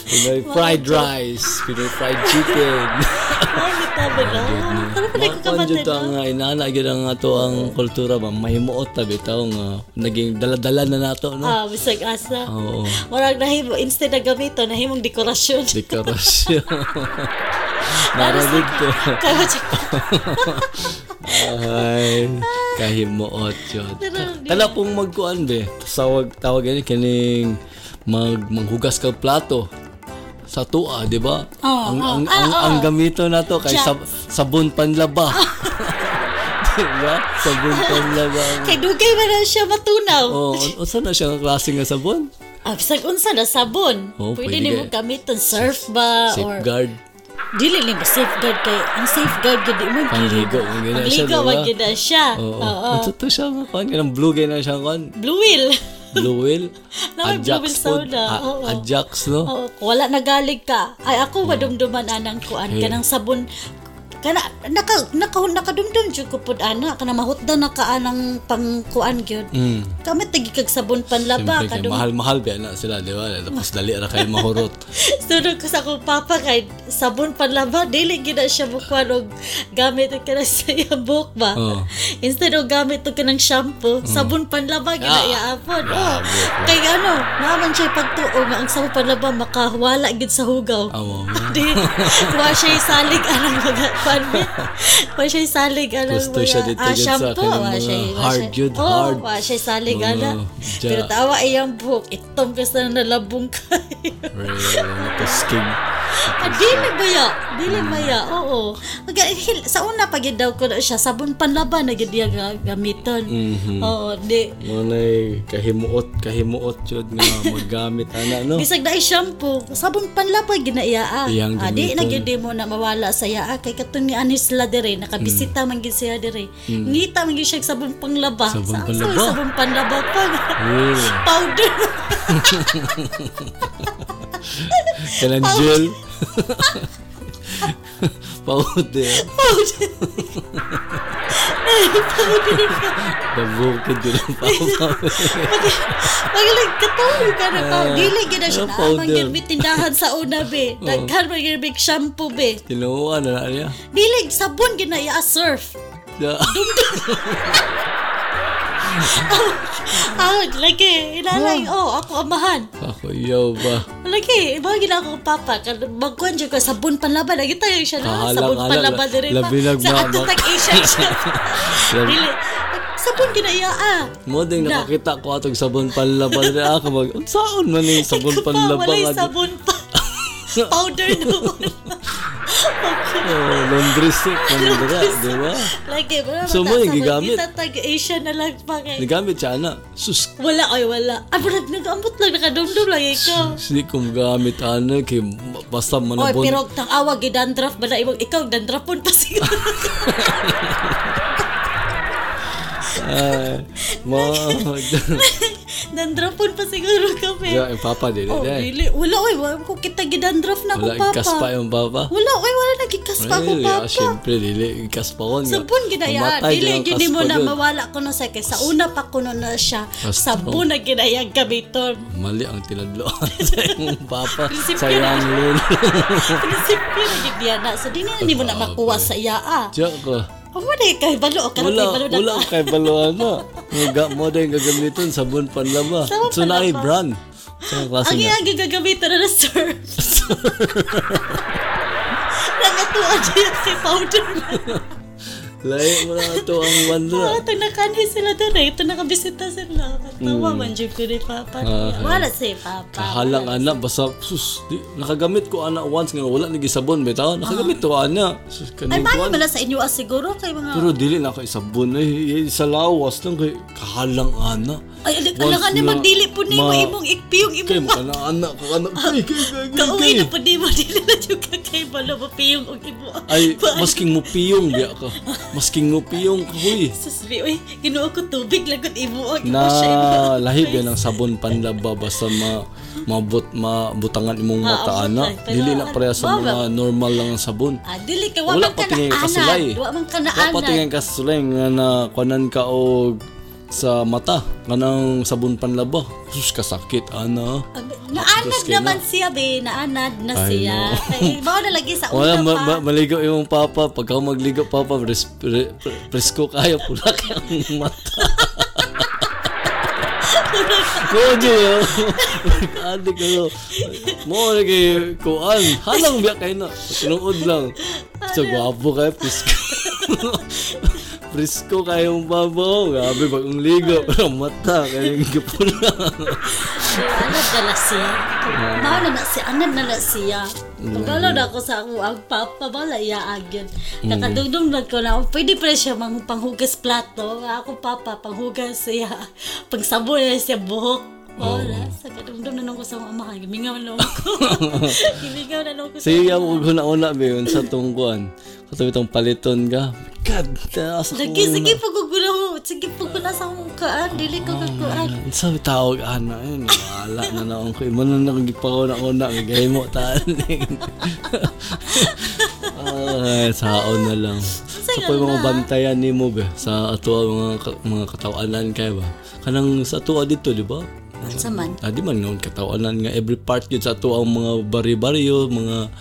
Speaker 3: Pinoy fried rice. Pinoy fried chicken.
Speaker 2: Ay, bitabi na. Ano pa ko kabantay
Speaker 3: Kanjud
Speaker 2: na?
Speaker 3: ang ah, inana gyud ang ato ang kultura ba mahimuot ta bitaw nga naging daladala na nato no.
Speaker 2: Ah, bisag asa.
Speaker 3: Oo.
Speaker 2: Marag nahimo, instead na gamito, nahimong dekorasyon.
Speaker 3: Dekorasyon. Naralig to.
Speaker 2: Kaya siya-
Speaker 3: Ay, oh, kahimuot yun.
Speaker 2: Pero-
Speaker 3: Tala pong magkuan be. Tawag, tawag yun, kining mag, maghugas ka plato. sa tua, di ba?
Speaker 2: Oo, oo.
Speaker 3: ang, ang,
Speaker 2: Ah, oo.
Speaker 3: ang,
Speaker 2: Ah.
Speaker 3: ang gamito na to kay
Speaker 2: Jack.
Speaker 3: sab- sabon panlaba. di ba? Sabon panlaba.
Speaker 2: Kay dugay man na siya matunaw.
Speaker 3: Oh, unsa na siya ang klase nga sabon?
Speaker 2: Ah, bisag unsa na sabon.
Speaker 3: Oo,
Speaker 2: pwede
Speaker 3: pwede
Speaker 2: nimo
Speaker 3: kay-
Speaker 2: gamiton surf ba Ah, or
Speaker 3: Safeguard.
Speaker 2: dili ni ba safeguard kay ang safeguard gid mo
Speaker 3: Pangligo, ang gina
Speaker 2: Pangligo
Speaker 3: siya, diba?
Speaker 2: Ah, wag Ah, gid na siya.
Speaker 3: Oo.
Speaker 2: Oo.
Speaker 3: Oh, oh. to siya nga kon kanang blue gay na siya kon.
Speaker 2: Blue wheel.
Speaker 3: Blue whale.
Speaker 2: Naman, blue whale
Speaker 3: Ajax food.
Speaker 2: sauna,
Speaker 3: A-
Speaker 2: oo.
Speaker 3: Ajax no.
Speaker 2: Oo, kung wala nagalig ka. Ay ako madumduman anang kuan
Speaker 3: Okay.
Speaker 2: kanang sabon kana naka naka nakadumdum jud ko pud ana kana mahutda na ka anang pangkuan gyud.
Speaker 3: Mm.
Speaker 2: Kami tagi kag sabon panlaba
Speaker 3: Siyempre, kay
Speaker 2: kadum
Speaker 3: mahal-mahal ba na sila, di ba? Tapos dali ra kayo mahurot.
Speaker 2: Sunod ko sa akong papa kay sabon panlaba dili gina siya bukwan og gamit ka na sa iyang buhok ba.
Speaker 3: Oo.
Speaker 2: Instead og gamit og kanang shampoo, sabon panlaba gina
Speaker 3: Mm. Ah,
Speaker 2: iya apon. Oh.
Speaker 3: grabe.
Speaker 2: Kay ano, naman siya pagtuo nga ang sabon panlaba makahwala gid sa hugaw.
Speaker 3: Amo.
Speaker 2: Di, wa siya salig anang mga panbit. Wa siya salig anang
Speaker 3: Gusto siya dito
Speaker 2: ah,
Speaker 3: dyan sa
Speaker 2: shampoo.
Speaker 3: kanang
Speaker 2: Wa
Speaker 3: mga
Speaker 2: siya- wa
Speaker 3: hard
Speaker 2: siya-
Speaker 3: yun,
Speaker 2: oh,
Speaker 3: hard.
Speaker 2: Wa siya salig
Speaker 3: Oo,
Speaker 2: ana.
Speaker 3: ja.
Speaker 2: Pero tawa iyang buhok, itom kasi na nalabong kayo.
Speaker 3: Tusking.
Speaker 2: Ah, dili ba ya? Dili ba ya? Oo. Aga, hil- sa una pa gid daw ko na siya sabon panlaban na gid niya ga- gamiton.
Speaker 3: Mhm.
Speaker 2: Oo, di.
Speaker 3: Manay, kahimuot, kahimuot yun nga magamit, Ano, ana, no?
Speaker 2: Bisag na shampoo, sabon panlaban gid na iya. ah.
Speaker 3: Iyang
Speaker 2: Ah, di na
Speaker 3: gamiton.
Speaker 2: gid mo na mawala sa iya ah. kay katong ni Anis la dire
Speaker 3: Mm.
Speaker 2: nakabisita man gid siya dire. Ngita man gid siya og sabon panglaba.
Speaker 3: Sabon Mm.
Speaker 2: Sa-
Speaker 3: panlaba?
Speaker 2: sa- Sabon panlaba pa.
Speaker 3: Really?
Speaker 2: Powder.
Speaker 3: Kanang gel. Paude.
Speaker 2: Powder. Powder.
Speaker 3: Nabukid yun ang papa.
Speaker 2: Magaling katawag ka na pa. Dili gina siya na
Speaker 3: ano, Ah. powder? Oh.
Speaker 2: amang yun may tindahan sa una be. Daghan mo yun may shampoo be.
Speaker 3: Kinuha na na niya.
Speaker 2: Dili, sabon gina iya surf.
Speaker 3: Siya.
Speaker 2: Ah, lagi. Ilalay,
Speaker 3: Hmm.
Speaker 2: oh, ako amahan.
Speaker 3: Ako, yaw ba?
Speaker 2: Lagi, iba gina ko papa. Magkuhan dyan ko, sabon panlaban. Lagi tayo siya na.
Speaker 3: Kahalang,
Speaker 2: Sabon
Speaker 3: kahalang,
Speaker 2: panlaban na rin pa.
Speaker 3: labi nagmamak.
Speaker 2: Sa ato tag Asian siya.
Speaker 3: Labi-
Speaker 2: Dili, sabon gina iya ah.
Speaker 3: Modeng
Speaker 2: Na.
Speaker 3: nakakita ko atong sabon panlaban na ako mag... Ang Saan man yung sabon
Speaker 2: Ikaw pa, walay
Speaker 3: panlaban? Adi-
Speaker 2: sabon pa. Powder naman. okay.
Speaker 3: Oh, laundry stick, pandura, di ba?
Speaker 2: Lagi, wala
Speaker 3: So, mo yung gigamit?
Speaker 2: tag Asia na lang pa kay.
Speaker 3: Nagamit siya na. Sus,
Speaker 2: Wala, ay wala. Ah, parang nag-ambot lang, nakadumdum lang ikaw.
Speaker 3: hindi ko magamit ano, kay basta
Speaker 2: Oy,
Speaker 3: manabon.
Speaker 2: pero tang awa gidandraf ba na ibang ikaw dandraf pun pa siguro.
Speaker 3: Ay, Eh, ma...
Speaker 2: dandraf pun pa siguro kami.
Speaker 3: Yeah, yung papa din.
Speaker 2: oh,
Speaker 3: eh.
Speaker 2: really? Wala oy, wala ko kita gidandraf na ko
Speaker 3: Wala,
Speaker 2: papa.
Speaker 3: ikas pa yung papa.
Speaker 2: Wala oy, wala nagikaspa ko
Speaker 3: Really, ah,
Speaker 2: papa. ya,
Speaker 3: Siyempre, dili, ikas pa ko.
Speaker 2: Sabon ginaya,
Speaker 3: Mamatay
Speaker 2: dili
Speaker 3: yung
Speaker 2: gini mo
Speaker 3: kaspa
Speaker 2: na
Speaker 3: yun.
Speaker 2: mawala ko na sa kay sa una pa kuno na siya.
Speaker 3: Basta,
Speaker 2: Sabon na ginaya gamiton.
Speaker 3: Mali ang tinadloan sa iyong papa.
Speaker 2: Prinsipyo
Speaker 3: sa iyang lolo.
Speaker 2: Prinsipyo na gid niya na. So di na ni mo na makuha sa iya ah.
Speaker 3: Diyo ko.
Speaker 2: Amo na kay balo ka
Speaker 3: Wala,
Speaker 2: balo na.
Speaker 3: wala kay baluan na. Nga mo din gagamitin sabon panlaba.
Speaker 2: Sabon
Speaker 3: So na
Speaker 2: panlaba.
Speaker 3: brand. Sa klase
Speaker 2: Ang
Speaker 3: na.
Speaker 2: iyang gagamitan na na sir. Nangatuwa dyan si powder man.
Speaker 3: Layo mo na ito ang
Speaker 2: Oh,
Speaker 3: wandra.
Speaker 2: ito nakanhi sila doon eh. Ito nakabisita sila.
Speaker 3: Mm.
Speaker 2: Katawa man dyan ko ni Papa.
Speaker 3: Ah,
Speaker 2: Wala si Papa.
Speaker 3: Kahalang anak basta sus di, nakagamit ko anak once nga wala nigi sabon bitaw nakagamit to anak sus
Speaker 2: Ah. Ay,
Speaker 3: kaning
Speaker 2: paano
Speaker 3: kuwan.
Speaker 2: mala sa inyo ah, siguro kay mga...
Speaker 3: pero dili na kay sabon ay Eh, sa lawas lang kay kahalang anak
Speaker 2: Ay, alam ka lang ano,
Speaker 3: na-
Speaker 2: magdili po ni mo
Speaker 3: ma-
Speaker 2: imong ikpiyong
Speaker 3: kay
Speaker 2: imong
Speaker 3: mo kana anak ko anak kay kay kay, kay,
Speaker 2: Kauwi
Speaker 3: kay.
Speaker 2: na po ni mo, dili na dyan ka kay balo mo piyong og imo.
Speaker 3: ay masking mo piyong biya ka masking mo piyong kuy
Speaker 2: Sus, bi, uy, ginuo ko tubig lagot imo og imo siya imo.
Speaker 3: na lahi ba ng sabon panlaba basta ma mabut mabutangan imong mata
Speaker 2: Ah, abot
Speaker 3: ana
Speaker 2: lang. Pero
Speaker 3: dili na
Speaker 2: ano,
Speaker 3: pareha sa
Speaker 2: bawal.
Speaker 3: mga normal lang ang sabon
Speaker 2: Ah, dili ka, wala
Speaker 3: wala
Speaker 2: man
Speaker 3: pa
Speaker 2: ka na
Speaker 3: tingin ka
Speaker 2: anan.
Speaker 3: sulay
Speaker 2: Wala man ka na
Speaker 3: wala pa
Speaker 2: anan.
Speaker 3: tingin ka sulay nga na kuanan ka og sa mata kanang sabon panlaba sus kasakit ana
Speaker 2: Ab- Naanad
Speaker 3: Diyos kay
Speaker 2: naman siya, be. Naanad na
Speaker 3: Ay,
Speaker 2: siya. Ay, mao na lagi sa una
Speaker 3: wala ma-
Speaker 2: pa.
Speaker 3: ma- maligo imong papa pagka magligo papa pres, pre, pre, presko kayo pula kay ang mata Kojo yo. Adik oh. ko. Mo na kay kuan. Halang biya kay na. Tinuod lang. So gwapo kay presko. Presko kayong babaw. oh. Grabe, bagong ligo. Parang mata. Kaya yung gipon
Speaker 2: Anad Ano na na siya. Mauna na siya. Anad na na siya.
Speaker 3: Mm.
Speaker 2: Pagkala na ako sa ako, ang papa ba na iaagyan.
Speaker 3: Mm.
Speaker 2: Nakadugdong na ko na, pwede pa siya mang panghugas plato. Ako papa, panghugas siya. Pangsabo na siya buhok. Wala, sa kadugdong na nung ko sa mga amahan. Gimingaw na nung ko. Gimingaw na nung ko sa
Speaker 3: Sige, ako ko na una ba yun sa tungkuan. Katabi tong paliton ka. God, nasa ko. ah.
Speaker 2: Lagi, sige pag ko. Sige pag ko na sa mukhaan. Dili
Speaker 3: Mm.
Speaker 2: ko kakuan.
Speaker 3: Ang sabi tawag ana yun. Wala na naon ko. Iman na nagipa ko na una. Gagay mo tanin. Ay, saon na lang. Sa so, mga bantayan ni mo ba? Sa atua mga ka- mga katawanan kay ba? Kanang sa atua dito, di ba?
Speaker 2: Sa man.
Speaker 3: Ah, di man noon katawanan nga every part yun sa atua ang mga bari-baryo, mga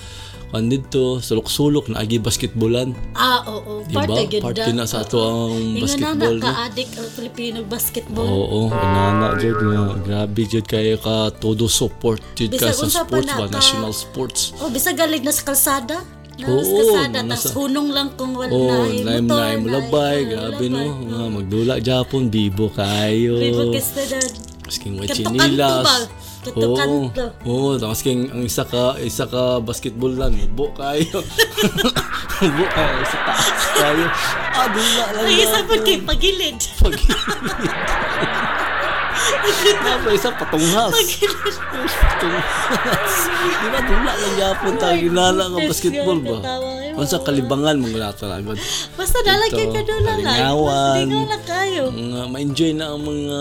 Speaker 3: kan dito, sulok-sulok na agi basketballan.
Speaker 2: Ah, oo.
Speaker 3: Di ba?
Speaker 2: Part agad
Speaker 3: Diba? Part
Speaker 2: na.
Speaker 3: yun na sa ato ang basketball.
Speaker 2: Inga na ka-addict ano, ang Pilipino basketball.
Speaker 3: Oo, inana jud nga grabe jud kayo ka todo support jud ka
Speaker 2: Bisag
Speaker 3: sa
Speaker 2: unsa pa
Speaker 3: sports
Speaker 2: na
Speaker 3: ba
Speaker 2: ka-
Speaker 3: national sports.
Speaker 2: Oh, bisa galig na sa kalsada. Na
Speaker 3: Oo,
Speaker 2: sa kalsada,
Speaker 3: nasa-
Speaker 2: tas hunong lang kung wala
Speaker 3: Oh,
Speaker 2: eh,
Speaker 3: naim
Speaker 2: motor,
Speaker 3: naim labay,
Speaker 2: naim labay.
Speaker 3: grabe no. Ah, Nga magdula Japon bibo kayo.
Speaker 2: River Castanan.
Speaker 3: Masking may
Speaker 2: Katukanto ba?
Speaker 3: chinilas. Oo,
Speaker 2: Katukanto.
Speaker 3: oo, tapos king ang isa ka, isa ka basketball lah lang, ubo kayo. ubo kayo, sa taas kayo. Ah, dula lang.
Speaker 2: Ay, isa
Speaker 3: natin.
Speaker 2: po kay pagilid.
Speaker 3: Pag... Tapos isa patunghas. Patunghas. Di ba dula lang yapon tayo ginala nga basketball ba? Kung sa kalibangan mong gulata na. agad.
Speaker 2: Basta nalagyan
Speaker 3: Dito,
Speaker 2: ka doon lang.
Speaker 3: Kalingawan.
Speaker 2: Lingaw na kayo.
Speaker 3: Mga ma-enjoy na ang mga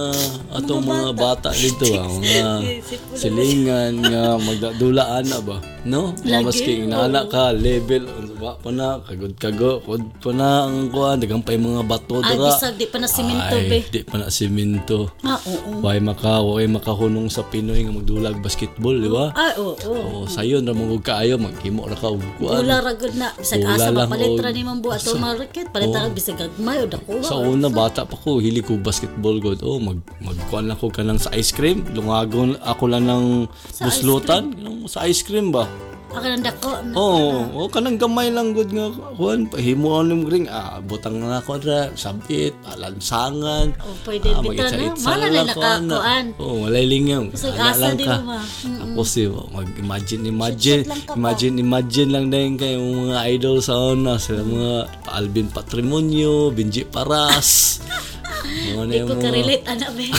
Speaker 3: atong
Speaker 2: Mga
Speaker 3: mga bata dito ah. Mga
Speaker 2: Sipon na
Speaker 3: silingan nga magdulaan na ba? No? Mga
Speaker 2: Lagi,
Speaker 3: maski nana ka level wa pa na kagod kago kod pa na ang kuan daghang pay mga bato
Speaker 2: Ay,
Speaker 3: dira.
Speaker 2: bisag, di pa na siminto,
Speaker 3: Ay,
Speaker 2: be.
Speaker 3: Di pa na simento.
Speaker 2: Ah, oo.
Speaker 3: Way maka, way makahunong sa Pinoy nga magdulag basketball, di ba?
Speaker 2: Ay, oo.
Speaker 3: O sayon ra mong kaayo magkimo ra ka og kuan.
Speaker 2: Ula ragod na. Bisag
Speaker 3: Ula
Speaker 2: asa
Speaker 3: lang,
Speaker 2: mapalitra
Speaker 3: oh.
Speaker 2: ni Mambu ato market. Palitra rag bisag agmay o dako.
Speaker 3: Sa una bata pa ko hili ko basketball god. Oh, mag magkuan lang ko kanang sa ice cream. Lungagon ako lang ng
Speaker 2: Sa ice
Speaker 3: buslutan Kanang sa ice cream ba.
Speaker 2: Ako nang dako. na-
Speaker 3: Oh, oh kanang gamay lang god nga kuan pahimuan ning ring. Ah, butang na ako ra sabit, alansangan. Ah,
Speaker 2: O, Oh, pwede bitan na. Mala na nakakuan.
Speaker 3: Oh, walay lingaw.
Speaker 2: Sa
Speaker 3: Ana
Speaker 2: asa
Speaker 3: lang
Speaker 2: din
Speaker 3: ka.
Speaker 2: mo ah. ma.
Speaker 3: Ako si mag-imagine, imagine,
Speaker 2: Shot-shot lang ka pa.
Speaker 3: imagine, imagine lang din kayo mga idol sa ona, sila mga Alvin Patrimonio, Benji Paras. Mga na
Speaker 2: Di
Speaker 3: yung
Speaker 2: ko
Speaker 3: mga-
Speaker 2: ka-relate, anak be.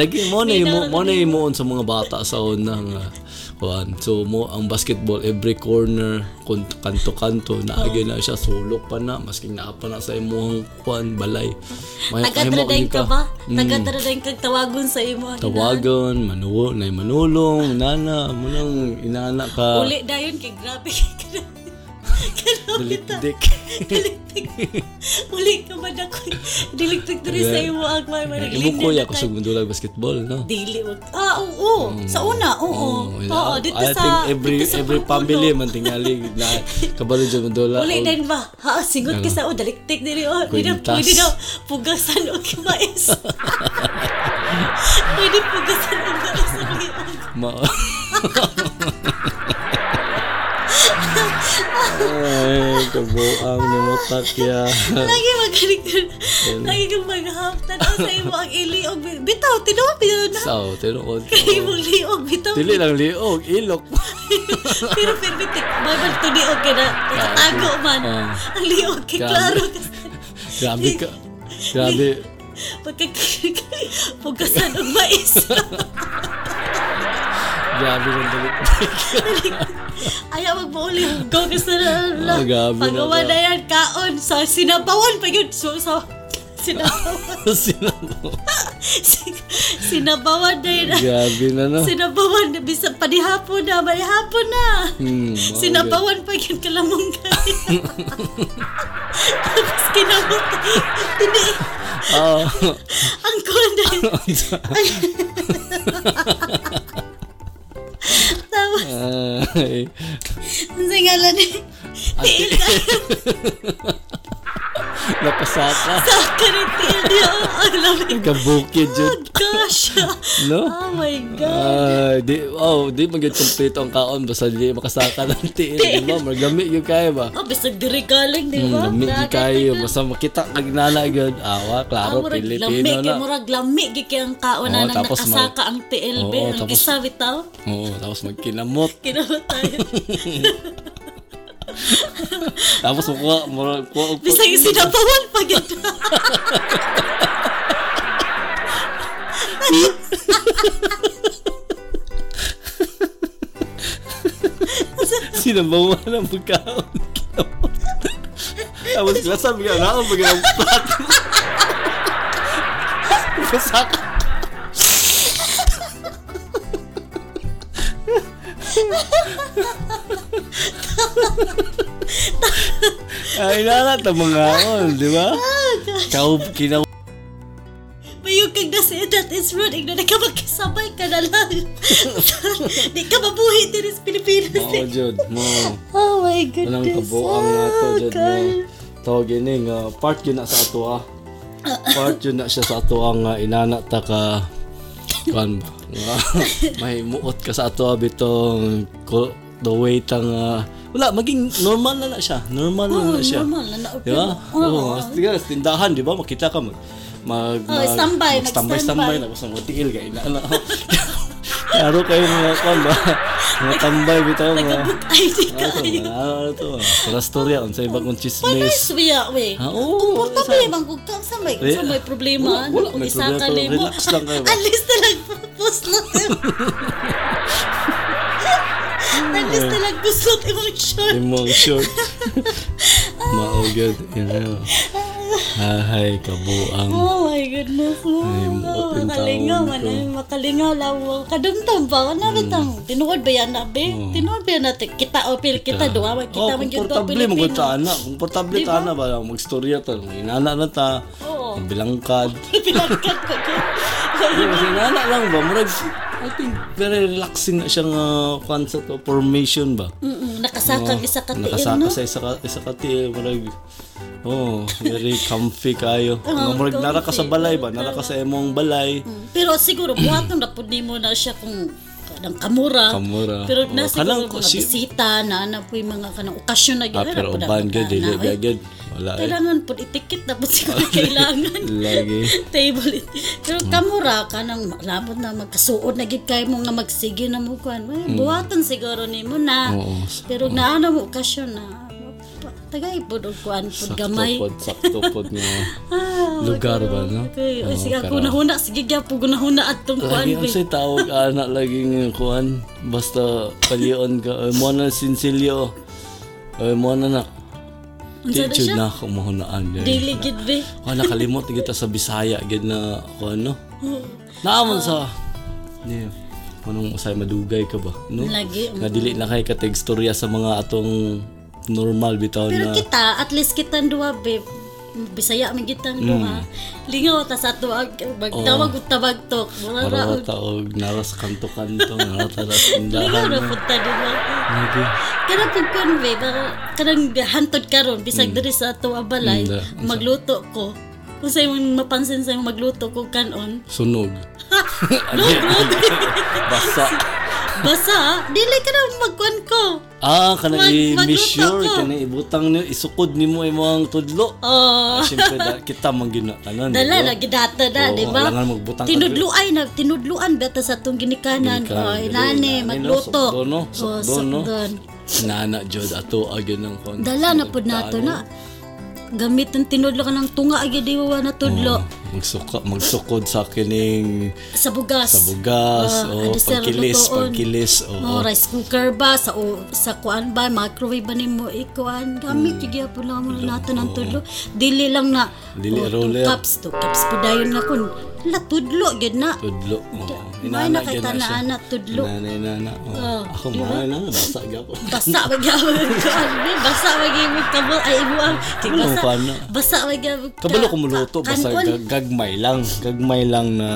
Speaker 3: Lagi mo na
Speaker 2: May
Speaker 3: mo
Speaker 2: naroon
Speaker 3: mo na yung moon sa mga bata sa una nga. Kuan. So mo ang basketball every corner kun- kanto-kanto na
Speaker 2: Oh.
Speaker 3: na siya sulok pa na maski naa pa na sa imong kuan balay. May- may mo
Speaker 2: Taga-tradain ka
Speaker 3: ka- Mm.
Speaker 2: ba? Taga-tradain kag tawagon sa imo. ano ang
Speaker 3: Tawagan, manuo, na manulong, nana, munang inana
Speaker 2: ina.
Speaker 3: ka.
Speaker 2: Uli dayon kay grabe kay kana.
Speaker 3: Dalik-dik.
Speaker 2: Uli ka man ako. Diligtig diri sa imo ang may mga
Speaker 3: Imo ko ya ko sa Gundulag basketball, no? Oh,
Speaker 2: Dili wag. Ah, oo. Sa una, oo. Oo, dito
Speaker 3: Mm, I think
Speaker 2: sa
Speaker 3: every
Speaker 2: dito sa
Speaker 3: every
Speaker 2: Pangpuno.
Speaker 3: family man tingali na kabalo sa Oh. Gundulag.
Speaker 2: Uli din ba? Ha, singot ka sa oh, o daliktik diri o. Pwede
Speaker 3: Ano? Kwintas.
Speaker 2: pwede daw pugasan o kumais. Pwede pugasan o kumais. uli, o.
Speaker 3: Ma- Ay, kabuang Eh, ni Motak ya.
Speaker 2: Lagi magaling ka.
Speaker 3: Ano?
Speaker 2: Lagi kang maghaptan. Ang sa imo ang iliog. Bitaw, tinuwa pinanood na.
Speaker 3: Sao, tinuod.
Speaker 2: Kaya imong liog, bitaw.
Speaker 3: Dili lang liog, ilok.
Speaker 2: Pero permitik, babal to liog ka na. Nakatago man.
Speaker 3: Ah.
Speaker 2: Ang liog, kay klaro.
Speaker 3: Grabe ka. Grabe.
Speaker 2: Pagkakilig, pugasan og mais.
Speaker 3: Grabe ng dali.
Speaker 2: Ayaw magpauli. Go ka sa lala.
Speaker 3: Ah, grabe na
Speaker 2: Pagawa
Speaker 3: ba?
Speaker 2: na yan, kaon. Sa sinabawan pa yun. So, so, sinabawan.
Speaker 3: Sinabaw.
Speaker 2: sinabawan na yun.
Speaker 3: Grabe na lah, no.
Speaker 2: Sinabawan na bisa panihapon na, manihapon na.
Speaker 3: Hmm, mga
Speaker 2: Sinabawan pa yun kalamong kaya. Tapos kinabot Hindi.
Speaker 3: Ah,
Speaker 2: Ang kuna.
Speaker 3: Oh,
Speaker 2: Tapos,
Speaker 3: ay.
Speaker 2: ang singalan eh. Tiil na
Speaker 3: Napasaka. lah.
Speaker 2: sa akin, tiil niya. Ang lamig.
Speaker 3: Kabukid
Speaker 2: Oh,
Speaker 3: jud.
Speaker 2: God. na siya.
Speaker 3: No?
Speaker 2: Oh my God.
Speaker 3: Ah, di, oh, di magiging kompleto ang kaon basta di makasaka ng tiil, di ba? Magami yung kaya ba?
Speaker 2: oh, bisag diri galing, di ba?
Speaker 3: Ah. Hmm, Lami di
Speaker 2: Dagat
Speaker 3: kayo,
Speaker 2: na-
Speaker 3: basta makita kag nana gyud. Awa, klaro,
Speaker 2: Ah, murag
Speaker 3: Pilipino
Speaker 2: lamig,
Speaker 3: na.
Speaker 2: eh, Murag lamig, eh, kaya ang kaon na
Speaker 3: Oo,
Speaker 2: nang
Speaker 3: tapos mag-
Speaker 2: nakasaka ang TLB.
Speaker 3: Oo,
Speaker 2: ang
Speaker 3: tapos-
Speaker 2: isa bitaw,
Speaker 3: Oo, tapos magkinamot.
Speaker 2: kinawa tayo.
Speaker 3: Tapos mukuha, murag, kuha, kuha,
Speaker 2: Bisag sinapawan pa gito.
Speaker 3: Sinabawa ng pagkaon. Kinamot. Tapos sila sabi nga, nakang bagay ang plat. Masaka. Ay, lalat ang mga on, di ba? oh, Kau kinaw
Speaker 2: Mayong kag na say that is rude. Igno na ka magkasabay ka na lang. Di ka mabuhi din sa Pilipinas.
Speaker 3: mo, Jod. Mo.
Speaker 2: Oh my goodness.
Speaker 3: Walang kabuang na to,
Speaker 2: Oh,
Speaker 3: Jod.
Speaker 2: God.
Speaker 3: Mo. Tawag yun eh, nga, part yun na sa ato ah. Part yun na siya sa ato ang nga inana ta ka kan nga, may muot ka sa ato ah, bitong ko- the way tang ah, wala maging normal na na siya normal na na
Speaker 2: Oh,
Speaker 3: siya
Speaker 2: normal na na-open.
Speaker 3: di ba
Speaker 2: Oo.
Speaker 3: oh, sige sa tindahan di ba makita ka mag mag
Speaker 2: Oh, standby,
Speaker 3: standby
Speaker 2: mag-standby.
Speaker 3: standby na basta mo tiil ka inana Klaro kayo mga kon ba mga tambay bitaw mga
Speaker 2: Nagabot ID ka.
Speaker 3: ano to, ano, ano to? Para storya, unsa iba kong
Speaker 2: Nice
Speaker 3: chismis.
Speaker 2: biya, we.
Speaker 3: Ah, oo,
Speaker 2: Kumporta
Speaker 3: isa-
Speaker 2: ba yung manggug ka? Saan may,
Speaker 3: Wala.
Speaker 2: saan may problema?
Speaker 3: Wala, wala, may
Speaker 2: Isa
Speaker 3: problema.
Speaker 2: ka limo.
Speaker 3: Relax lang kayo ba?
Speaker 2: At least na nagpuslot. At least na nagpuslot imong shirt.
Speaker 3: Imong short. Mao good, you know. Ahay, kabuang.
Speaker 2: Oh my goodness mo.
Speaker 3: Ay, muotin
Speaker 2: Makalingaw
Speaker 3: taon
Speaker 2: man.
Speaker 3: ko.
Speaker 2: ay, Makalingaw lawang. Kadumtam ba?
Speaker 3: Hmm.
Speaker 2: Ano ba tang? Tinuod ba yan na, be? Tinuod ba yan natin? Kita opil, kita duwa.
Speaker 3: Oh,
Speaker 2: Kita man yun ba,
Speaker 3: komportable mo
Speaker 2: Pilipino?
Speaker 3: ta ana. Komportable ta ana ba magstorya ta. Inana na ta.
Speaker 2: Oo.
Speaker 3: Ang bilangkad.
Speaker 2: Pinagkat ko yun.
Speaker 3: Kasi inana lang ba murag lah, I think very relaxing na siyang uh, concept of formation ba.
Speaker 2: Mm-mm, Nakasakang isa ka tiil,
Speaker 3: Nakasaka
Speaker 2: no?
Speaker 3: sa isa ka, isa ka tiil, marag, oh, very comfy kayo.
Speaker 2: Oh,
Speaker 3: Nga marag, nara ka sa
Speaker 2: comfy. Hmm.
Speaker 3: balay ba? Nara ka sa emong balay.
Speaker 2: Mm. Pero siguro buhat na po di mo na siya kung kanang kamura.
Speaker 3: Kamura.
Speaker 2: Pero
Speaker 3: Oo,
Speaker 2: na
Speaker 3: kanang
Speaker 2: siguro mga
Speaker 3: si-
Speaker 2: bisita na na po yung mga kanang okasyon na
Speaker 3: Ah,
Speaker 2: gyud.
Speaker 3: pero
Speaker 2: Wala po
Speaker 3: uban
Speaker 2: dapat
Speaker 3: ka,
Speaker 2: na-
Speaker 3: dili
Speaker 2: na-
Speaker 3: ka
Speaker 2: Ay,
Speaker 3: good. Wala eh.
Speaker 2: Kailangan po itikit na po siguro kailangan.
Speaker 3: Lagi.
Speaker 2: Table it. Pero
Speaker 3: Hmm.
Speaker 2: kamura ka nang labot na magkasuod na gid kay mo nga magsige na mo kuan. Well, buhatan siguro nimo na.
Speaker 3: Hmm. Oo.
Speaker 2: Pero naana mo okasyon na tagay po og kuan pod gamay.
Speaker 3: Saktopod, saktopod nga.
Speaker 2: Ah,
Speaker 3: Lugar ba,
Speaker 2: okay.
Speaker 3: no?
Speaker 2: Okay. Ay,
Speaker 3: Oo,
Speaker 2: sige, ako
Speaker 3: karaw.
Speaker 2: nahuna. Sige, gya po, nahuna at tong kuan.
Speaker 3: Lagi ang
Speaker 2: be.
Speaker 3: say tawag anak laging kuan. Basta palion ka. Ay, mo na sinsilyo. Ay, mo na na.
Speaker 2: Unsa na
Speaker 3: Teacher
Speaker 2: siya?
Speaker 3: na ako mahunaan. yun.
Speaker 2: Daily gid be.
Speaker 3: Ako nakalimot na kita sa Bisaya gid na ako ano. Naamon sa Niyo. Anong usay madugay ka ba? No?
Speaker 2: Lagi, mm.
Speaker 3: Nga dili na kay ka teksturya sa mga atong normal bitaw
Speaker 2: Pero
Speaker 3: na
Speaker 2: kita, at least kita duwa be. Bisaya man kita
Speaker 3: Hmm.
Speaker 2: duwa. Lingaw ta sa tuwa magtawag og tabagtok. Wala ra
Speaker 3: Marawa
Speaker 2: og
Speaker 3: taog, naras kanto-kanto, narata na
Speaker 2: lingaw
Speaker 3: tindahan.
Speaker 2: ra pud ta diba?
Speaker 3: Lagi.
Speaker 2: Kana pud kon be, na- kanang hantod karon bisag diri sa tuwa balay,
Speaker 3: Mm, da. Unsa?
Speaker 2: magluto ko. Kung sa'yo mapansin sa'yo magluto ko kanon,
Speaker 3: Sunog. Ano? Basta.
Speaker 2: basa, dili ka na magkuan ko.
Speaker 3: Ah, kana
Speaker 2: Mag-
Speaker 3: i-measure,
Speaker 2: magluto ko.
Speaker 3: kana ibutang ni isukod nimo imong tudlo.
Speaker 2: Oh.
Speaker 3: Ah, Siyempre, da- kita ano, mang ginatanan.
Speaker 2: Dala na gidata na,
Speaker 3: Oo,
Speaker 2: di ba?
Speaker 3: kailangan magbutang ka,
Speaker 2: Tinudluay na, tinudluan bata sa tong ginikanan.
Speaker 3: Ginikanan,
Speaker 2: Oy,
Speaker 3: dili,
Speaker 2: nani,
Speaker 3: nani, no?
Speaker 2: magluto. Oh,
Speaker 3: Sukdon, no?
Speaker 2: Oo,
Speaker 3: Sukdon, no?
Speaker 2: sukdon.
Speaker 3: Nana, Jod, ato, agyan ng konti.
Speaker 2: Dala na pud nato na. Gamit ng tinudlo ka ng tunga agad di wa na tudlo.
Speaker 3: Magsuka, magsukod sa kining
Speaker 2: Sa bugas.
Speaker 3: sa bugas,
Speaker 2: Ah,
Speaker 3: o
Speaker 2: ano siya,
Speaker 3: pagkilis,
Speaker 2: lutoon.
Speaker 3: pagkilis,
Speaker 2: Oh,
Speaker 3: o.
Speaker 2: rice cooker ba sa o, sa kuan ba microwave ba nimo ikuan
Speaker 3: Hmm.
Speaker 2: gamit yung gyapon lang mo nato ng tudlo dili lang na
Speaker 3: Dili
Speaker 2: oh, two
Speaker 3: roller.
Speaker 2: cups two cups po dayon na kun la tudlo gyud na
Speaker 3: Tudlo. oo.
Speaker 2: May
Speaker 3: Inana,
Speaker 2: nakita
Speaker 3: gyan
Speaker 2: na
Speaker 3: siya.
Speaker 2: anak, tudlo.
Speaker 3: Inana, inana. oo.
Speaker 2: Oo,
Speaker 3: Oh, Ako,
Speaker 2: di ba?
Speaker 3: mga inana, basa gapon.
Speaker 2: Basa magyamit ka. Alvin. Ano Basa magyamit ka mo. Ay, imo ang... Kay
Speaker 3: Ano
Speaker 2: Basa,
Speaker 3: ka na?
Speaker 2: basa magyamit ka.
Speaker 3: Kabalo ko muluto,
Speaker 2: Ka-
Speaker 3: basta
Speaker 2: kanon.
Speaker 3: gag- gagmay lang. Gagmay lang na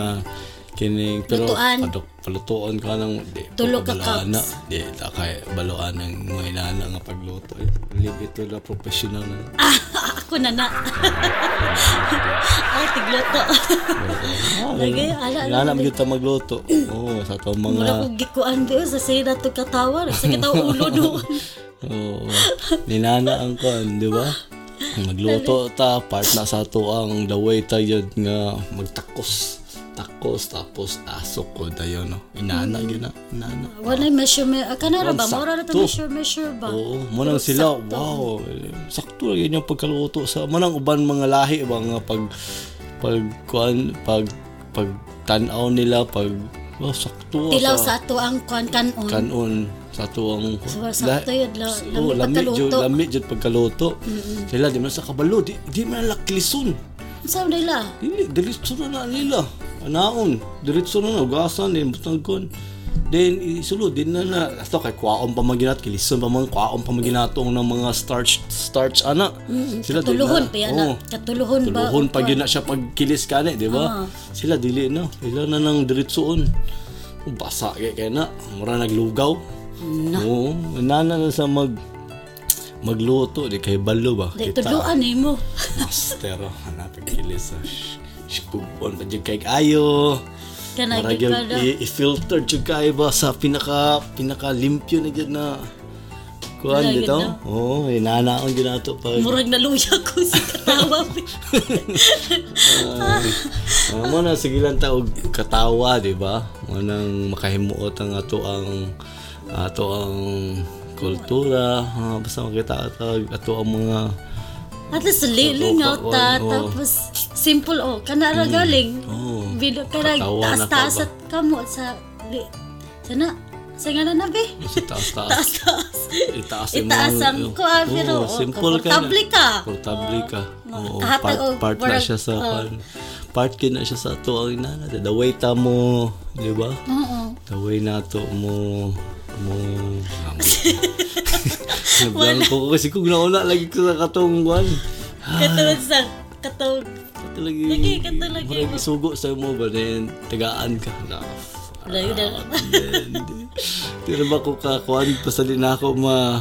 Speaker 3: kining pero
Speaker 2: Lutuan.
Speaker 3: padok palutuon ka ng di
Speaker 2: Tulo ka
Speaker 3: balaan na
Speaker 2: cups.
Speaker 3: di ta kay baluan ng mga inana nga pagluto eh. live ito na professional na
Speaker 2: Ah, ako na na. Ay, tigluto. Ah, Lagay, ala, ala,
Speaker 3: Alam gyud ta magluto. Oo, sa to
Speaker 2: Mula ko
Speaker 3: mga
Speaker 2: gikuan ba sa sayo na ito katawa. Sa kitaw ulo doon.
Speaker 3: oo. Ninana ang kon, di ba? Magluto ta part na sa to ang the way ta yun nga magtakos. Takos tapos asok ko dayon no. Inana
Speaker 2: Mm.
Speaker 3: gyud na, inana.
Speaker 2: Wala measurement. Ah, kanara ba?
Speaker 3: Sakto.
Speaker 2: Mura na ito measure, measure ba?
Speaker 3: Oo, manang sila, wow, sakto lang yun yung pagkaluto sa manang uban mga lahi ba nga pag pag kuan pag pag tan-aw nila pag wow, sakto ah,
Speaker 2: Tilaw sa ato ang kuan kanon.
Speaker 3: kanon sa tuwang
Speaker 2: So, sakto yun, la-
Speaker 3: Oo,
Speaker 2: lami
Speaker 3: lami jud
Speaker 2: pagkaluto.
Speaker 3: lami jud pagkaluto sila di man sa kabalo di, di man laklison
Speaker 2: Saan nila?
Speaker 3: dili diretso na na nila anaon diretso na na ugasan din butang kon then isulod din na na ato kay kuwaon pa maginat kilison pa man kuwaon pa maginatong ng mga starch starch ana sila di
Speaker 2: Katuluhon
Speaker 3: na-
Speaker 2: pa yan.
Speaker 3: oo.
Speaker 2: ah. Katuluhon ba?
Speaker 3: Tuluhon pag
Speaker 2: Kuan.
Speaker 3: yun na siya pagkilis ka na, di
Speaker 2: Ah.
Speaker 3: ba? Sila dili na. Sila na nang diritsoon. Basa kay kay na. Mura naglugaw. Na. Oo. Nana na sa mag magluto di kay balo ba?
Speaker 2: Dahil
Speaker 3: Kita.
Speaker 2: tuluan eh mo.
Speaker 3: Master oh, hanapin kilis. Shipubon pa jud kay ayo.
Speaker 2: Kanag
Speaker 3: Para
Speaker 2: ka
Speaker 3: gyud
Speaker 2: na.
Speaker 3: i- i-filter jud kay ba sa pinaka pinaka limpyo na gyud na kuan
Speaker 2: Wala gyud
Speaker 3: dito.
Speaker 2: na.
Speaker 3: Oo, inanaon gyud nato pag
Speaker 2: Murag naluya ko sa katawa.
Speaker 3: Uh, mo na sige lang ta og katawa, di ba? Mo nang makahimuot ang ato ang ato ang kultura, ha, basta makita ato, ato ang mga
Speaker 2: At least liling
Speaker 3: Sa
Speaker 2: out ta.
Speaker 3: kuan, oo. Mm.
Speaker 2: Tapos simple oh. Kanara galing.
Speaker 3: oo.
Speaker 2: Bilo kanag
Speaker 3: Katawa na ka
Speaker 2: taas-taas
Speaker 3: ba?
Speaker 2: at kamo sa... li- Sana. Sa nga na na be.
Speaker 3: sa taas-taas.
Speaker 2: Taas-taas.
Speaker 3: Itaas
Speaker 2: Itaas ang kuha,
Speaker 3: Oo,
Speaker 2: pero, oo,
Speaker 3: simple ka.
Speaker 2: komportable ka.
Speaker 3: Komportable ka. Oo,
Speaker 2: kahatag
Speaker 3: part,
Speaker 2: o
Speaker 3: part na
Speaker 2: warag-
Speaker 3: siya sa
Speaker 2: oo.
Speaker 3: kan- part kin na siya sa ato ang inana. The way ta mo, di ba?
Speaker 2: Oo.
Speaker 3: The way na to mo mo Nablang ko kasi kung nauna lagi ko sa katong kwan.
Speaker 2: Katulad sa... Katulad.
Speaker 3: Talaga.
Speaker 2: Lagi ka talaga.
Speaker 3: Marag isugo sa mo ba then tagaan ka na.
Speaker 2: Layo na.
Speaker 3: Pero ba ko ka kwan pasalin na ako ma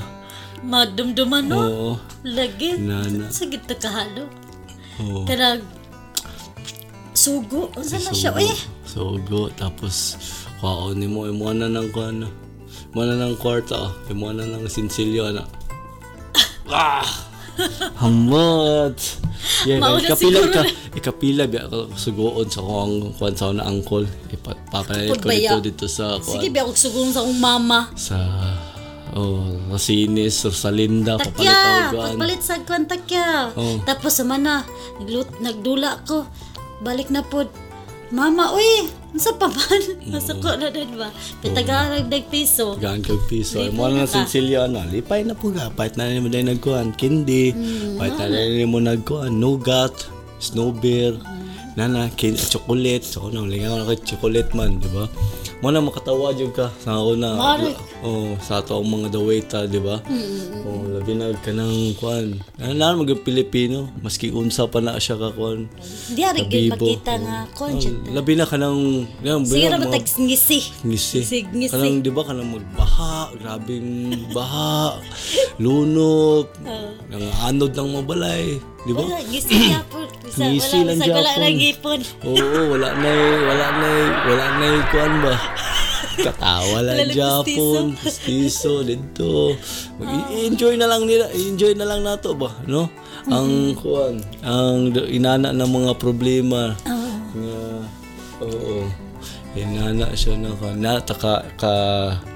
Speaker 2: Madumduman no.
Speaker 3: Oo.
Speaker 2: Lagi.
Speaker 3: Nana.
Speaker 2: Sa gitna kahalo.
Speaker 3: Oo.
Speaker 2: Kanag... Sugo. Unsa na siya? Eh.
Speaker 3: Sugo tapos kaon ni mo imo na ng kwan. Imo na ng kwarta. ah. Imo na ng sinsilyo na. Ah! Hamot. Yeah,
Speaker 2: Mao na
Speaker 3: ikapila
Speaker 2: siguro
Speaker 3: ka ikapila biya ako sugoon sa kong kwan sa na angkol. Ipapalit ko
Speaker 2: Pagbaya.
Speaker 3: dito dito sa kwan.
Speaker 2: Sige, biya ko sugong sa akong mama.
Speaker 3: Sa oh, Rosinis, Rosalinda, papalit
Speaker 2: Takya!
Speaker 3: ako gaan.
Speaker 2: Pagpalit sa kwan takya.
Speaker 3: Oo.
Speaker 2: Tapos sama na, naglut, nagdula ko. Balik na po. Mama, uy! Nasa pa ba? Nasa ko na din ba? Pitagarag dag piso.
Speaker 3: Gaan kag piso.
Speaker 2: Lipay
Speaker 3: Mo na
Speaker 2: na ka.
Speaker 3: sinsilyo ano, lipay na po ga. Pait na nimo dai nagkuhan kindi. Pait na nimo nagkuhan nougat, snow bear. Nana, kin chocolate. So, ano, lingaw na kay chocolate man, di ba? Mo na makatawa jud ka sa ako na.
Speaker 2: Mare.
Speaker 3: Oh, sa ato ang mga daweta, di ba? Oh, labi na kanang kuan. Ano na mag Pilipino, maski unsa pa na siya ka kuan.
Speaker 2: Di ari gid
Speaker 3: Kabibo.
Speaker 2: makita nga kwan siya.
Speaker 3: Labi na kanang, yan,
Speaker 2: Sige
Speaker 3: bilang
Speaker 2: ra
Speaker 3: mga-
Speaker 2: matag ngisi.
Speaker 3: Ngisi.
Speaker 2: Sig- ngisi.
Speaker 3: Kanang, di ba, kanang magbaha, grabing baha, lunok, ang anod ng mabalay, di ba?
Speaker 2: Ah. Wala, ngisi niya po. Isa,
Speaker 3: Ngisi
Speaker 2: wala,
Speaker 3: lang
Speaker 2: isa, wala
Speaker 3: Japon.
Speaker 2: lang ipon.
Speaker 3: Oo, wala na eh, wala na eh, wala na eh, kuan ba? Katawa lang
Speaker 2: Wala na
Speaker 3: Japon, pustiso, dito. Mag- enjoy na lang nila, enjoy na lang nato ba, no? Ang kuan, ang do- inana ng mga problema. Nga, oo. Inana siya na ka, na, ta ka, ka,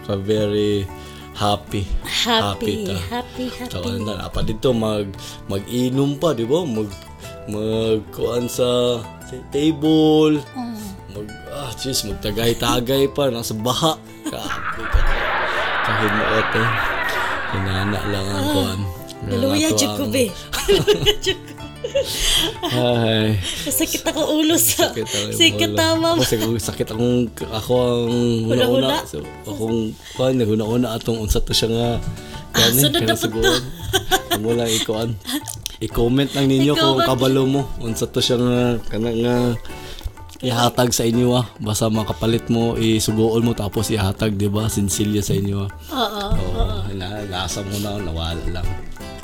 Speaker 3: ka very happy.
Speaker 2: Happy,
Speaker 3: ta.
Speaker 2: happy, happy.
Speaker 3: Tawanan na dapat dito mag mag-inom pa, 'di ba? Mag magkuan sa sa table.
Speaker 2: Mm.
Speaker 3: Mag ah, jeez, magtagay-tagay pa nasa baha. Grabe ka. Kahit mo ate. Hinana lang ang
Speaker 2: Ah,
Speaker 3: kuan.
Speaker 2: Naluya
Speaker 3: Hinana to ah,
Speaker 2: jud ko
Speaker 3: ang-
Speaker 2: be.
Speaker 3: Ay.
Speaker 2: Sakit ako ulo sa.
Speaker 3: sakit ang
Speaker 2: Sakit
Speaker 3: ulo.
Speaker 2: tama.
Speaker 3: Kasi kung sakit akong, ako ang
Speaker 2: Hula-hula.
Speaker 3: huna-huna. So, akong, kuhan, naghuna-huna atong unsa to siya nga. Kuhan eh,
Speaker 2: Ah, sunod na po to.
Speaker 3: kaya siguroan. Amo lang ikuan. I-comment lang ninyo kung
Speaker 2: I-comment.
Speaker 3: kabalo mo. Unsa to siya nga, kana nga, ihatag sa inyo ah. Basta makapalit mo, isugoon mo tapos
Speaker 2: oh.
Speaker 3: ihatag, di ba? Sinsilya sa inyo ah.
Speaker 2: Oo.
Speaker 3: Oo, oh, lasa mo na, nawala lang.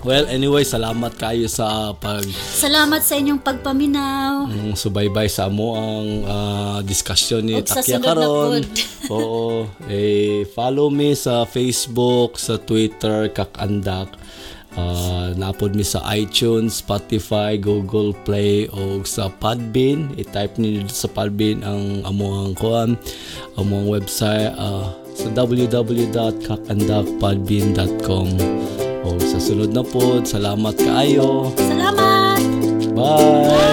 Speaker 3: Well, anyway, salamat kayo sa pag
Speaker 2: Salamat sa inyong pagpaminaw.
Speaker 3: ang subaybay sa amo ang ah, discussion ni
Speaker 2: Ug sa
Speaker 3: Takya
Speaker 2: sunod na
Speaker 3: karon.
Speaker 2: pod.
Speaker 3: Oo, eh follow me sa Facebook, sa Twitter, Kakandak. Ah, napod mi sa iTunes, Spotify, Google Play o sa Podbean. I-type niyo sa Podbean ang amuang kuan, amuang website ah, sa www.kakandakpodbean.com. O sa sunod na pod, salamat kaayo.
Speaker 2: Salamat!
Speaker 3: Bye.